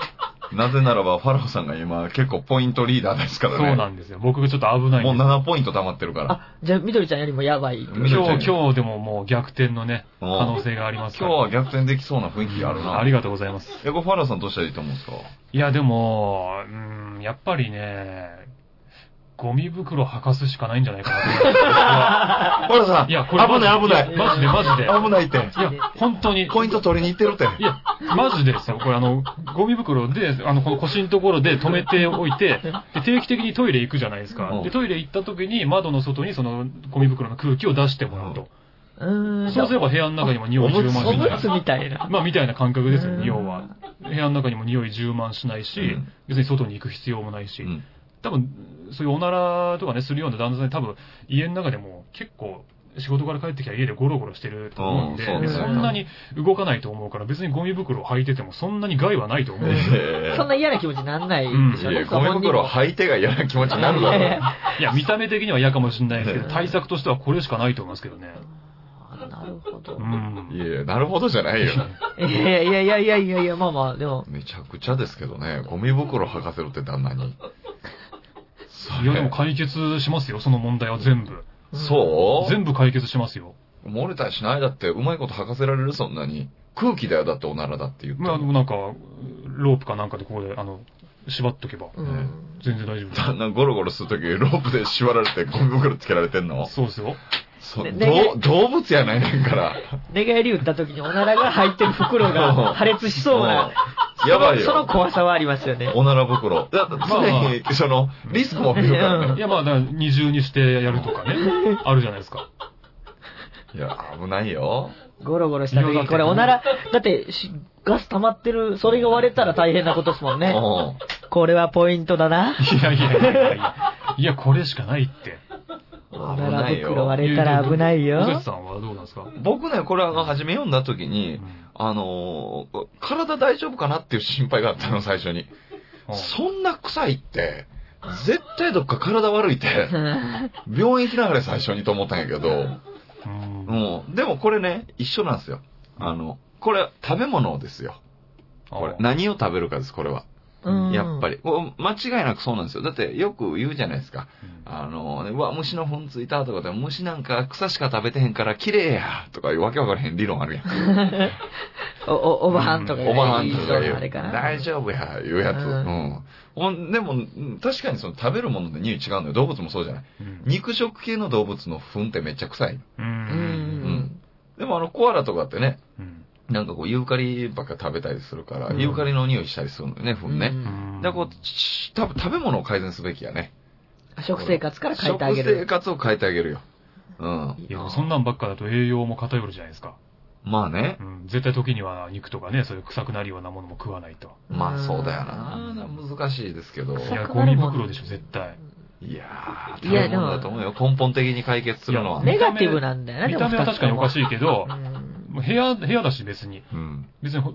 なぜならば、ファラオさんが今、結構ポイントリーダーですかそうらね。なんですよ。僕がちょっと危ないもうんです7ポイント溜まってるから。あ、じゃあ、みどりちゃんよりもやばい。七今日、今日でももう逆転のね、可うん能性がありますか今ら。日は逆転できそうな雰囲気があるな。ありがとうございます。え、これファラオさんどうしたらいいと思うんですかいや、でも、うーん、やっぱりね、ゴミ袋吐かすしかないんじゃないか なファラオさと。いや、これマジで。やマジで、マジで。危ないっていや、本当に。イント取りに行ってるって。いや、マジでですよ。これあの、ゴミ袋で、あの、この腰のところで止めておいて、で、定期的にトイレ行くじゃないですうかん。で、トイレ行った時に窓の外にそのゴミ袋の空気を出してもらうと。うーん。そうすれば、ば部屋の中にも匂い充満おしなむい。つみたいな。まあ、みたいな感覚ですようね、ん要は。部屋の中にも匂い充満しないし、うん別に外に行く必要もないし、うん多分、そういうおならとかね、するような旦那さんに多分、家の中でも結構、仕事から帰ってきたら家でゴロゴロしてると思うんで、うんそうそねんなに動かないと思うから、別にゴミ袋を履いててもそんなに害はないと思うんですよ。えーそんな嫌な気持ちなんないでいしょ。や、ゴそこミに袋履いてが嫌な気持ちになるいやいだやろ。いや、見た目的には嫌かもしれないですけうど、ん対策としてはこれしかないと思いますけどね。あなるほどう。いん。やいや、なるほどじゃないよ。いやいやいやいやいやいや、まあまあ、でも、 めちゃくちゃですけどね、ゴミ袋履かせろって旦那に。そいや、でも解決しますよ、その問題は全部。そう全部解決しますよ。漏れたりしないだって、うまいこと吐かせられるそんなに。空気だよ、だっておならだって言って。まあ、でもなんか、ロープかなんかでここで、あの、縛っとけば、うん。全然大丈夫旦那ゴロゴロするときロープで縛られてゴミ袋つけられてんのそうですよ。そねどう動物やないねんから。寝返り打った時におならが入ってる袋が破裂しそう な。うんやばいそのよ。怖さはありますよね。おなら袋。だまあ常に、その、リスクも見るからいね。や、まあ、だから二重にしてやるとかね、あるじゃないですか。いや、危ないよ。ゴロゴロした時に、これおなら、だってし、ガス溜まってる、それが割れたら大変なことですもんうね。ん。これはポイントだな。いやいやいやいやいや。いや、これしかないって。お危ならない袋よ。割れたら危ない尾崎よ。さんはどうなんですか僕ね、これあの、初め読んだ時に、あのー体大丈夫かなっていう心配があったの、最初に。そんな臭いって、絶対どっか体悪いって、病院行きながら最初にと思ったんやけど、うん。うんもう、でもこれね、一緒なんですよ。あの、これ、食べ物ですよ。これ、何を食べるかです、これは。やっぱり。り。こう間違いなくそうなんですよ。だって、よく言うじゃないですか。あの、ねうわ、虫の糞ついたとかでも、虫なんか草しか食べてへんから綺麗やとかいうわけわからへん理論あるやん。お、お、おばはんとかうんがいいおばはんとそうか言あれう。かな。大丈夫や、いうやつ。ううんん。ほんでも、うん確かにその食べるもので匂い違うのよ。動物もそうじゃない。うん肉食系の動物の糞ってめっちゃ臭い。う。うんん。でもあの、コアラとかってね、うんなんかこう、ユーカリばっか食べたりするから、うんユーカリの匂いしたりするのよね、糞ね。うんうんじゃあこう、ち多分食べ物を改善すべきやね。食生活から変えてあげ食生る。活を変えてあげるよ。うん。いや、そんなんばっかだと栄養も偏るじゃないですか。まあねう。ん、絶対時には肉とかね、そういう臭くなるようなものも食わないと。まあそうだよな。難しいですけど。いや、臭くゴなるミもの袋でしょ、絶対。いやー、食いやべでも物だと思うよ。根本的に解決するのは。いやネガティブなんだよな、見た目は確かにおかしい。いけどう、んもう部屋、部屋だし別に。うん。別にほ、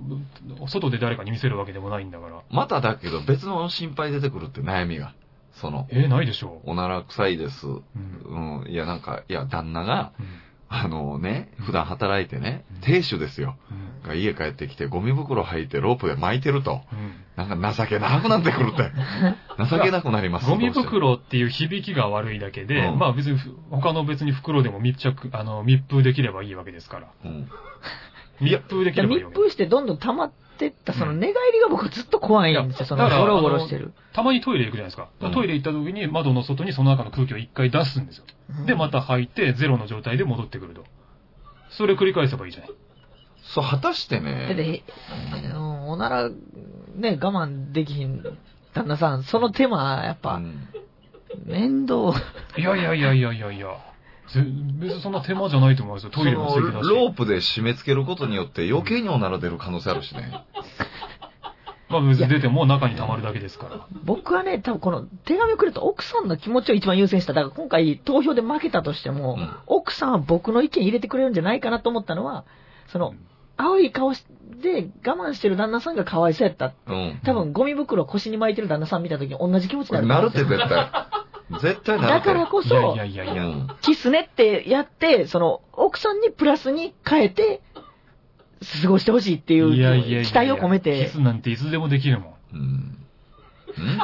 外で誰かに見せるわけでもないんだから。まただけど別の心配出てくるって悩みが。その、えーないでしょおなら臭いです。う。う。うんん。いやなんか、いや旦那が、うんあのね、普段働いてねうん、亭主ですよ。うんが家帰ってきてゴミ袋履いてロープで巻いてると。うんなんか情けなくなってくる って。情けなくなります。ゴミ袋っていう響きが悪いだけで、うんまあ別にふ他の別に袋でも密着、あの、密封できればいいわけですから。うん。密封できでればいい密わけ。封してどんどん溜まってった、その寝返りが僕ずっと怖いんですよ、そのだからゴロゴロしてる。たまにトイレ行くじゃないですかう。んトイレ行った時に窓の外にその中の空気を一回出すんですよ。で、また吐いて、ゼロの状態で戻ってくると。それを繰り返せばいいじゃない。そう、果たしてだっね、て、うんおなら、ね、我慢できひん旦那さん、その手間、やっうぱ、ん面倒。いやいやいやいやいやいや。ぜ別にそんな手間じゃないと思いますよ。トイレもそ素敵のだローし。プで締め付けることによって余計におなら出る可能性あるしね。まあ別に出ても中に溜まるだけですから。僕はね、多分この手紙をくれた奥さんの気持ちを一番優先した。だから今回投票で負けたとしても、うん奥さんは僕の意見入れてくれるんじゃないかなと思ったのは、その、青い顔しで我慢してる旦那さんが可哀想やった。うん。多分ゴミ袋を腰に巻いてる旦那さん見た時に同じ気持ちになるとな思るうんっですてよ。絶対。絶対なるだって。からこいそ、やいやいやいや。うん。キスねってやって、その、奥さんにプラスに変えて、過ごしてほしいっていういやいやいやいや期待を込めキてス、なんていつでもできるもうん。ん。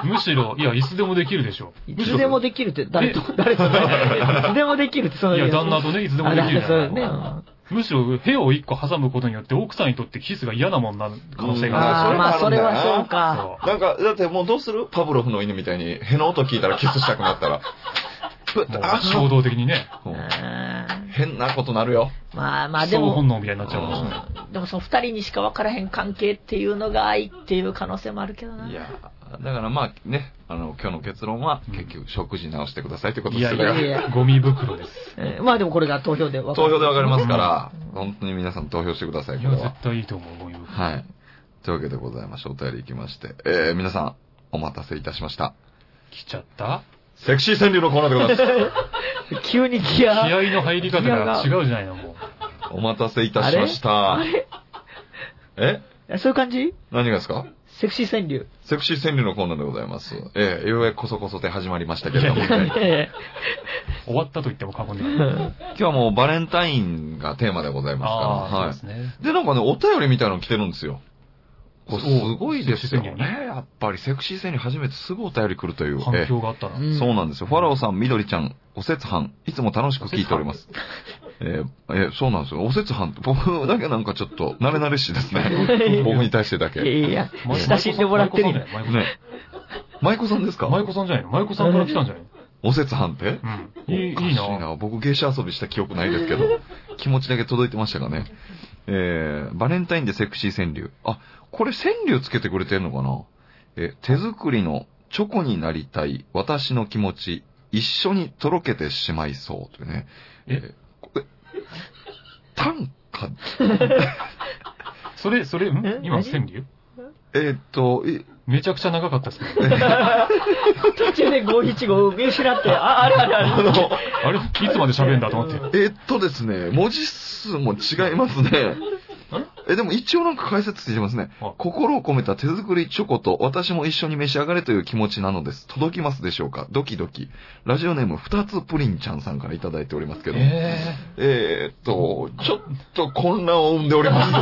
むしろ、いや、いつでもできるでしょ。いつでもできるって、誰と、誰と、いつでもできるって、その、いや、旦那とね、いつでもできるじあゃそうなでいすね。うんむしろ、部屋を一個挟むことによって、奥さんにとってキスが嫌なもんなる可能性があるあーうんまあ、それそれもあるんだはよなそうか。そなんか、だってもうどうするパブロフの犬みたいに、への音聞いたらキスしたくなったら。ふっうもうあ衝動的にね、うんうん変なことなるよ。まあまあ、でそう本も、能みたいになっちゃうかもしれない。でもその二人にしか分からへん関係っていうのが愛っていう可能性もあるけどな。いや、だからまあね、あの、今日の結論は、結局、食事直してくださいってこといですやよ。いやいや、ゴミ袋です。えーまあでもこれが投票で分か投る。票でわかりますから、本当に皆さん投票してください、いこや、れ絶は。対いいと思う、ゴミ袋。はい。というわけでございまして、お便り行きまして、えー、皆さん、お待たせいたしました。来ちゃったセクシー川柳のコーナーでございます。急にギ気ア。合の入り方が違うじゃないの、もう。 お待たせいたしました。えそういう感じ何がですかセクシー川柳。セクシー川柳のコーナーでございます。ええようやくこそこそで始まりました けれども、いや今え終わったと言っても過言 ではえない。日はもうバレンタインがテーマでございますから、あはあ、いそ。うですね。で、なんかね、お便りみたいなの来てるんですよ。これそうすごいですよねセクシー川柳ね。やっぱりセクシー川柳初めてすぐお便り来るという。反響があったな。ういええんそうなんですよ。ファラオさん、みどりちゃん、お節飯、いつも楽しく聞いております。ええええそうなんですよ。お節飯って、僕だけなんかちょっと、慣れ慣れしいですね。僕に対してだけ。いね。やいや、親しんでもらってる舞よ。妓さんだよ舞妓さんですか舞妓さんじゃないの舞妓さんから来たんじゃないお節飯ってのうおん。いいかしいいな。僕、芸者遊びした記憶ないです けど、気持ちだけ届いてましたかね。えー、バレンタインでセクシー川柳。あ、これ川柳つけてくれてんのかなえー、手作りのチョコになりたい私の気持ち、一緒にとろけてしまいそう。というね。え、これ、短歌、それ、それ、んえ今の何川柳えーっと、 いめちゃくちゃ長かったっす ね。途中で五七五を見失って、あ、あれあ れあれ。あれいつまで喋るんだと思って。えーっとですね、文字数も違いますね。え、でも一応なんか解説ついてますねあ。心を込めた手作りチョコと私も一緒に召し上がれという気持ちなのです。届きますでしょうかドキドキ。ラジオネーム二つプリンちゃんさんからいただいておりますけど。ええーっと、ちょっと混乱を生んでお ります。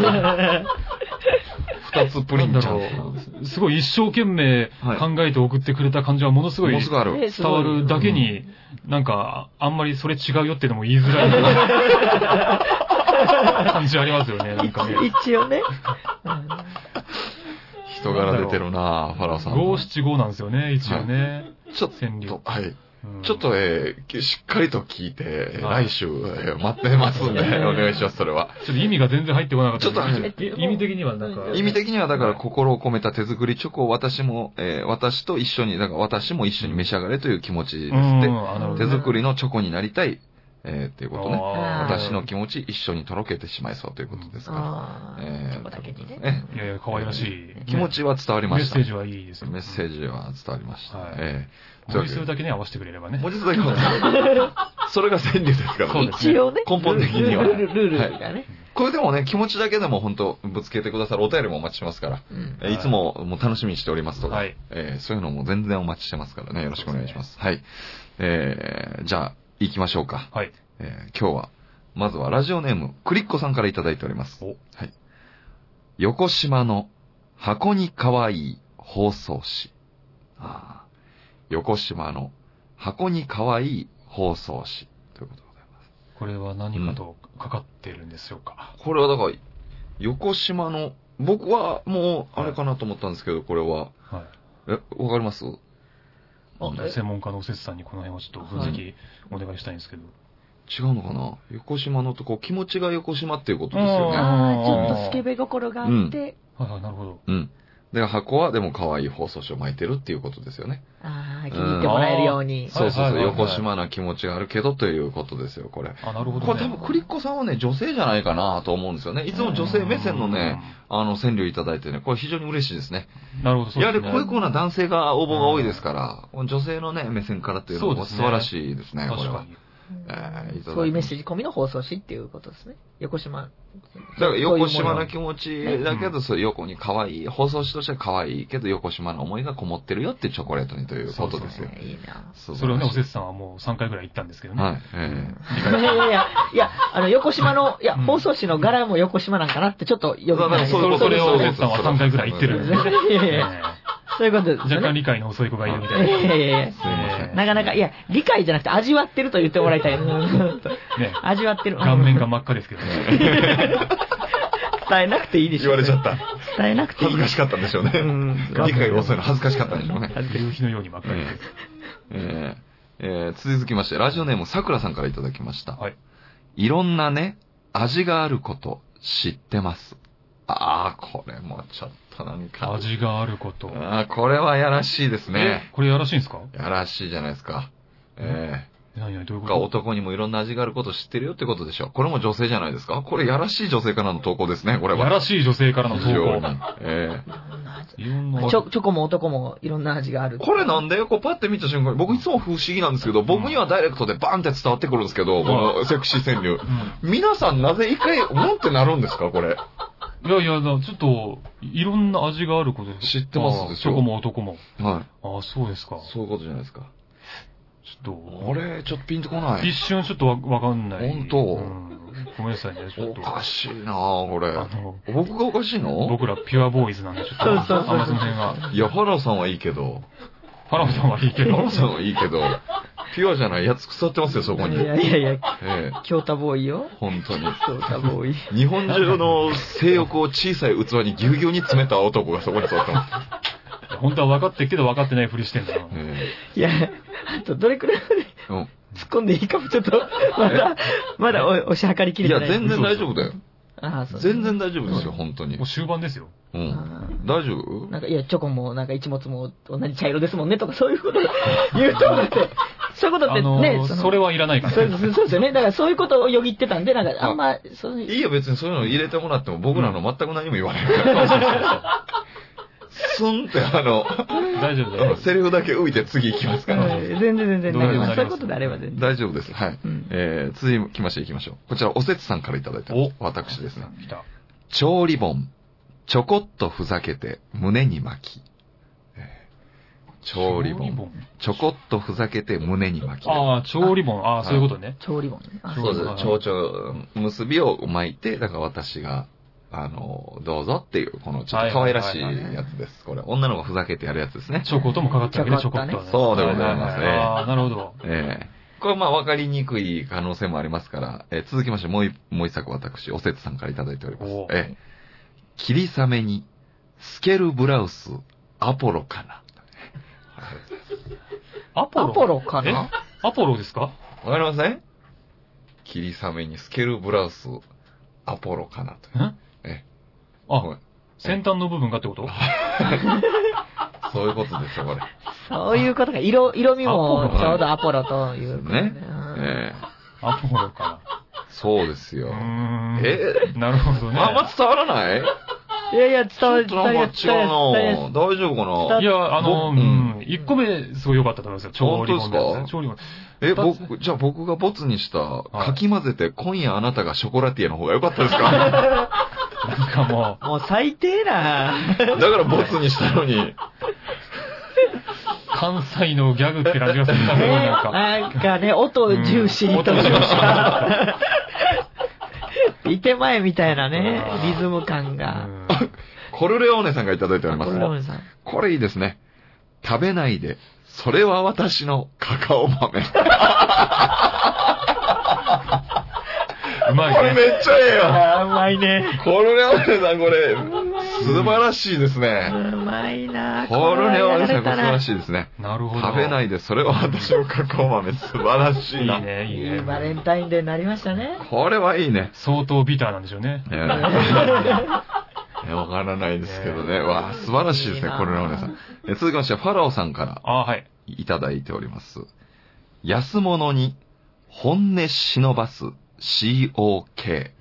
二つえプリなんだンちゃんろさん。う。すごい一生懸命考えて送ってくれた感じはものすごいもうすぐある。す伝ごわいるだけに、なんか、あんまりそれ違うよってのも言いづら い感じありますよね、なんかね。一応ね。人柄出てるなぁ、ファラオさん。五七五なんですよね、一応ね。ちょっ川柳と、はい。うんちょっと、えーしっかりと聞いて、えーはい来週、えー待ってますんで、お願いします、それは。ちょっと意味が全然入ってこなかった。ちょっと入え意味的にはなんか。意味的には、だから、心を込めた手作りチョコを私も、えー私と一緒に、だから私も一緒に召し上がれという気持ちですって。あなるほど手ね作りのチョコになりたい、えーっていうことね。あー私の気持ち一緒にとろけてしまいそうということですかああ、えーチョコだけにね。えいやいや、可愛らしい。ら。気持ちは伝わりまメッした。セージはいいですよ。メッセージは伝わりました。はいえー文字数だけね、合わせてくれればね。文字数だけはそれが川柳ですからそうですね一応ね。根本的にはルール、ルールはいがね。これでもね、気持ちだけでも本当ぶつけてくださるお便りもお待ちしてますから。うんえーいつももう楽しみにしておりますとか、はいえーそういうのも全然お待ちしてますからね、よろしくお願いします。はい。えーじゃあ、行きましょうか。はい。えー今日は、まずはラジオネーム、クリッコさんからいただいております。おはい。横島の箱に可愛い包装紙。あー横島の箱に可愛い包装紙。ということでございます。これは何かとかかってるんでしょうか。これはだから、横島の、僕はもう、あれかなと思ったんですけど、これは、はい。え、わかりますあえ専門家のおせつさんにこの辺をちょっと分析お願いしたいんですけど。違うのかな横島のとこ、気持ちが横島っていうことですうよんね。ああ、ちょっとスケベ心があって、はいはい、なるほど。うん。で、箱はでも可愛い包装紙を巻いてるっていうことですよね。ああ、気に入ってもらえるように。そうそうはいはそう、いはいはい横島な気持ちがあるけどということですよ、これ。あ、なるほど、ね。これ多分、クリッコさんはね、女性じゃないかなと思うんですよね。いつも女性目線のね、あの、川柳いただいてね、これ非常に嬉しいですね。うん。なるほど、そうやではすりね。こういうコーナー男性が応募が多いですから、女性のね、目線からっていうのそもうです素ね晴らしいですね、これ確はか。に。えーいただきますそういうメッセージ込みの放送紙っていうことですね。横島。だから横島な気持ちだけど、そう横に可愛い、包装紙としては可愛いけど、横島の思いがこもってるよっていうチョコレートにということですよ。えーいいな。それをね、おせすつさんはもう3回ぐらい言ったんですけどね。はい。えいやいやいや、いや、あの、横島の、いや、うん放送紙の柄も横島なんかなって、ちょっとえよくないそうそそうういれうをおせつさんは3回ぐらい言ってる いやいやいやえそういうことでえす若干よね。理解の遅い子がいるみいたやいいな。やいやすいません。なかなか、いや、理解じゃなくて味わってると言ってもら いたい。ね、味わってる。顔面が真っ赤ですけどね。 伝えなくていいでしょ。言われちゃった。伝えなくていい。 恥ずかしかったんでしょうね。うん理解が遅いの恥ずかしかったんでしょうね。夕日のように真っ赤です。えええー続きまして、ラジオネームさくらさんからいただきました。はい。いろんなね、味があること知ってます。ああ、これもちょっとなんか。味があること。ああ、これはやらしいですね。えこれやらしいんですかやらしいじゃないですか。え何々どういえうこがと男にもいろんな味があること知ってるよってことでしょう。これも女性じゃないですかこれやらしい女性からの投稿ですね、これは。やらしい女性からの投非常稿に。ええいろんなチョチョコも男もいろんな味がある。これなんでこうパッて見た瞬間に、僕いつも不思議なんですけど、僕にはダイレクトでバーンって伝わってくるんですけど、このセクシー川柳。うん皆さんなぜ一回、うんってなるんですかこれ。いやいや、ちょっと、いろんな味があること知ってますでしあーチょョコも男も。はい。ああ、そうですか。そういうことじゃないですか。ちょあれ、ちょっとピンとこなっと、一い。瞬ちょっとわわかんない。本当うんごめんなさいね、ちょっおと。かしいなぁ、これあ。の、僕がおかしいの僕らピュアボーイズなんで、ちょっと、あんまそうそうそうその辺が。いや、ファラオさんはいいけど。パラオさんはいいけ ど。さんはいいけど、ピュアじゃないやつ腐ってますよ、そこいに。やえいやいや、え京太ボーイよ。本当に。京太ボーイ。日本中の性欲を小さい器にぎゅうぎゅうに詰めた男がそこに座ってます。本当は分かってるけど分かってないふりしてんだな。えいや、あとどれくらいまでえうん突っ込んでいいかもちょっと、まだ、まだお押し量りきいれてや、ない。全然大丈夫だよ。ああ、そう。全然大丈夫ですよ、本当にもう。終盤ですよ。うん。大丈夫なんか、いや、チョコも、なんか、一物も同じ茶色ですもんね、とか、そういうこと言うと思って、そういうことってあのね、ー、それは。はいらないかそうらね。そうですよね。だから、そういうことをよぎってたんで、なんか、あんま、そういいう。いよ、別にそういうの入れてもらっても僕らの全く何も言わないから。 スンってあの、大丈夫だよ。セリフだけ浮いて次行きますから。うん全然全然、どうなにでんかもまなりますあそういうことであれば全然。大丈夫です。はい。うんえー、続きまして行きましょう。こちら、おせつさんからいただいたお私ですね。来た。調理本、ちょこっとふざけて胸に巻き。調理調理本、盆ちょこっとふざけて胸に巻き。ああ、調理盆。ああ、そういうことね。調理本ね。あそそううです。蝶々結びを巻いて、だから私が、あの、どうぞっていう、このちょっと可愛らしいはいはいはいはいやつです。これ、女の子がふざけてやるやつですね。チョコともかかってるわけね、チョコとはね。そうでございますねはははああ、なるほど。ええこれ、まあ、わかりにくい可能性もありますから、えー続きまして、もう一、もう一作私、おせつさんからいただいておりますお。ええ霧雨に、スケルブラウス、アポロかな。アポロアポロかなえアポロですかわかりません霧雨に透けるブラウス、アポロかなと。んえごめあん、先端の部分がってことそういうことですよ、これ。そういうことか。色、色味アもポロちょうどアポロということでね。うんええアポロかそうですよ。な。うーん。えなるほどね。あんま伝わらないいやいや、伝わる、ち伝ょっわとるなんか違うな伝わる伝わる大丈夫か伝ないや、あの、うんぼ。一個目、すごい良かったと思いますよ。調理本のやつ本当ですか調理本。え、僕、じゃあ僕がボツにした、いかき混ぜて、今夜あなたがショコラティエの方が良かったですかなんかももう最低なだからボツにしたのに。う、関西のギャグって感じがするんだねね、なん か。なんかね、音重視うんと音重視か。いて前みたいなねあ、ーリズム感うが。んコルレオーネさんがいただいておりこまれす。ラムさんこれいいですね。食べないで、それは私のカカオ豆。 うまこれいね。めっちゃええよ。あーうまいね。コルレオーネさん、これ、素晴らしいですうね。まいなコルレオーネさん、これ素晴らい。しいですね。なるほど。。食べないいで、それは私のカカオ豆、素晴らしいいいな。ね、いいいいバレンね。タインデーになりましたね。これはいいね。相当ビターなんでしょうね。ええわからないですけどね。わあ、素晴らしいですいいね、なコルレオーネさん。え続きまして、ファラオさんからああ、はい。いただいております。安物に本音忍ばす COK。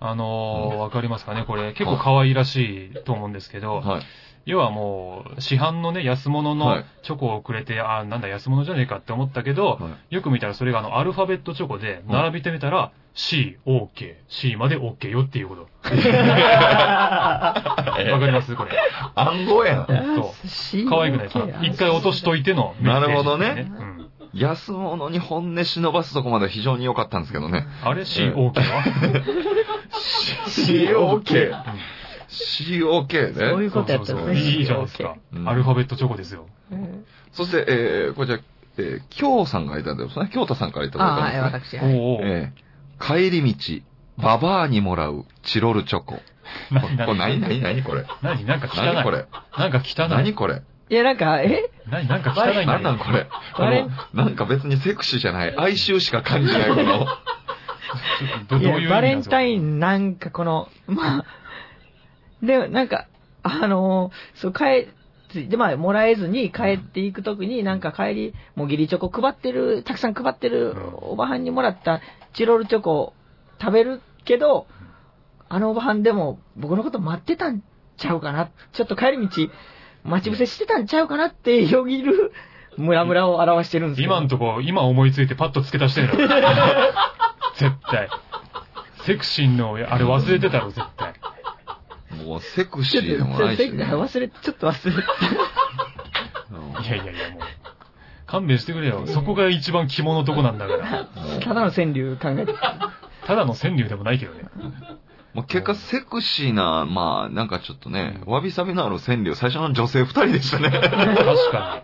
あのーうんわかりますかねこれ、結構可愛らしいと思うんですけど、はい。要はもう、市販のね、安物はのいチョコをくれて、ああ、なんだ安物じゃねえかって思ったけど、はよく見たらそれがあの、アルファベットチョコで、並べてみたら、C、OK、C まで OK よっていう こと。わかりますこれ。暗号やん。そうそう可愛くないですか一回落としといてのメッセージ、なるほどねうん安物に本音忍ばすとこまで非常に良かったんですけどね。あれ ?C、OK は COK。COK ね。そういうことやったんそでうすそうね。いいじゃないですか OK う。んアルファベットチョコですよ。うん。そして、えー、こちら、えー、京さんがいただいてますね。京太さんからいただいあたんではすね。い、私。はおいうおう。ええ帰り道、ババアにもらうチロルチョコ。これ何何何何何これ何なんか汚い。何これなんか汚い。何これいや、なんか、え何なんか汚いんだよ何なんこれこあれの、なんか別にセクシーじゃない。哀愁しか感じない、この。どどういいう意や味バなんレでンすかタインなんかこの、まあ、で、なんか、あのーそう、帰、で、まあ、もらえずに帰っていくときに、なんか帰り、もうギリチョコ配ってる、たくさん配ってるうんおばはんにもらったチロルチョコを食べるけど、あのおばはんでも僕のこと待ってたんちゃうかな。ちょっと帰り道、待ち伏せしてたんちゃうかなってよぎる、ムラムラを表してるんですけど今んとこ、今思いついてパッと付け足してんだろ。絶対。セクシーの、あれ忘れてたろ、絶対。もうセクちシょっとーでもないし、ね。忘れ、ちょっと忘れて。いやいやいや、もう。勘弁してくれよ。そこが一番肝のとこなんだから。 ただの川柳考えて。ただの川柳でもないけどね。もう結果セクシーな、まあ、なんかちょっとね、わびさびのある川柳、最初の女性二人でしたね。確か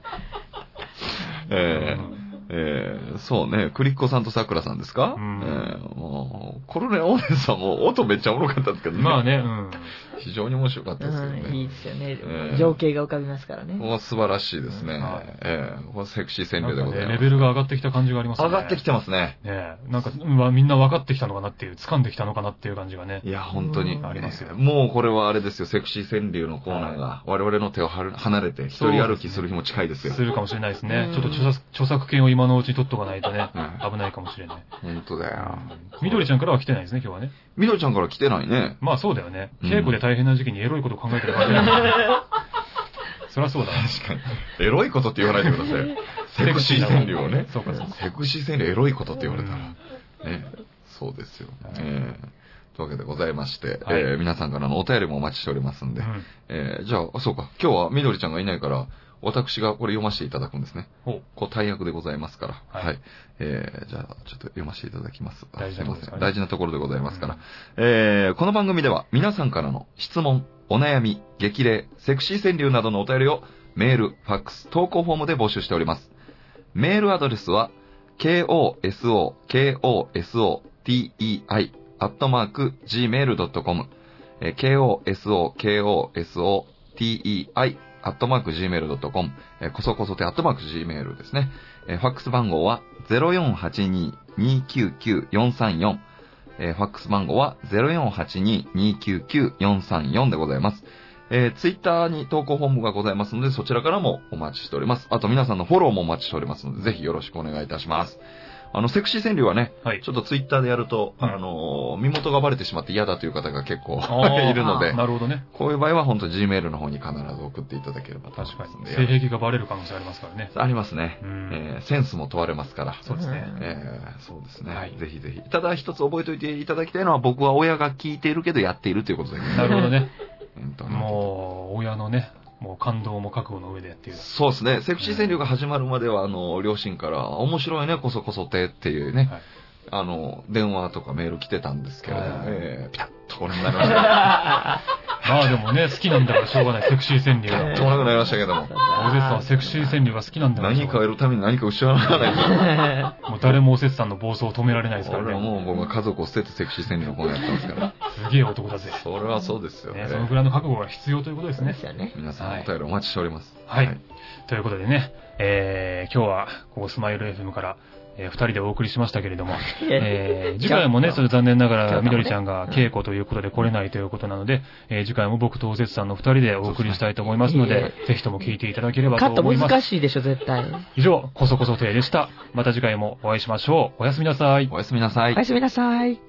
えうえええそうね、クリッコさんとさくらさんですか、うんええもう、コロネオーネさんも音めっちゃおもろかったですけどに。ね。まあね、うん。非常に面白かったですけどうん、いいね。ですよねえ。え情景が浮かびますからこね。こは素晴らしいですね。はいええここはセクシー川な柳んでかござね、いレます。ベルが上がってきた感じがありますね。上がってきてますね。ねえ、なんか、うんわみんな分かってきたのかなっていう、掴んできたのかなっていう感じがね。いや、本当に。うんありますよもうこれはあれですよ、セクシー川柳のコーナーが、我々の手をはる離れて、一人歩きする日も近いですすよ。るかもしれないですねう。んちょっと著作著作権を今のうちに取っとかないとねう、危ないかもしれない。本当だよ。みどりちゃんからは来てないですね、今日はね。みどりちゃんから来てないね。まあそうだよね。うん稽古で大変な時期にエロいことを考えてるわけだ から。そりゃそうだ。確かに。エロいことって言わないでください。セクシーな川柳をね。そうかそうか。セクシー川柳エロいことって言われたら。うんね。そうですよ。はいえーというわけでございまして、はいえー皆さんからのお便りもお待ちしておりますんで。うんえーじゃあ、あそうか。今日はみどりちゃんがいないから、私がこれ読ませていただくんですね。ほうこう、大役でございますから。は。はいいえーじゃあ、ちょっと読ませていただきます。あ大事なところですからいませんね大事なところでございますから。えーこの番組では皆さんからの質問、お悩み、激励、セクシー川柳などのお便りをメール、ファックス、投稿フォームで募集しております。メールアドレスは、koso, koso, tei, アットマーク、gmail.com、えー koso, koso, tei, アットマーク Gmail.com、えーこそこそてアットマーク Gmail ですね。えーファックス番号は0482-299-434。えーファックス番号は0482-299-434でございます。えー、ツイッターに投稿本部がございますので、そちらからもお待ちしております。あと皆さんのフォローもお待ちしておりますので、ぜひよろしくお願いいたします。あの、セクシー川柳はね、はいちょっとツイッターでやると、うんあのー、身元がバレてしまって嫌だという方が結構あー いるので、なるほどね。こういう場合は本当 Gmail の方に必ず送っていただければと思い確かますんに。で。性癖がバレる可能性ありますからね。ありますねう、ん。えーセンスも問われますから。そうですね。えーそうですね、はいぜひぜひ。ただ一つ覚えておいていただきたいのは、僕は親が聞いているけどやっているということだけどなるほど ね。うんとねもう、親のね、もう感動も覚悟の上でっていう。そうですね。セクシー川柳が始まるまでは、あの、両親から、面白いね、こそこそてっていうね、はいあの、電話とかメール来てたんですけれどもは、いえーピタッとこれもなりましたけまあでもね、好きなんだからしょうがない、セクシー川柳ど。ピタッは。とこなくなりました けども。おせつさ んはセクシー川柳が好きなんだからしょう何がかなやい。るために何か失わないと。もう誰もおせつさんの暴走を止められないですから俺はね。もう僕は家族を捨ててセクシー川柳のコーナーやってます から。すげえ男だぜ。それはそうですよねね、そのぐらいの覚悟が必要ということですそうでねす。よね。皆さんお便りお待ちしております。はい。ということでね、えー、今日は、ここスマイル FM から、えー、二人でお送りしましたけれども、えー、次回もね、それ残念なが今ら、日みどからねりちゃんが稽古ということで来れないということなので、えー、次回も僕とおせつさんの二人でお送りしたいと思いますのそうでで、ぜひとも聞いていただければとカット思います。難しいでしょ、絶対。以上、こそこそ亭でした。また次回もお会いしましょう。おやすみなさい。おやすみなさいおや。すみなさい。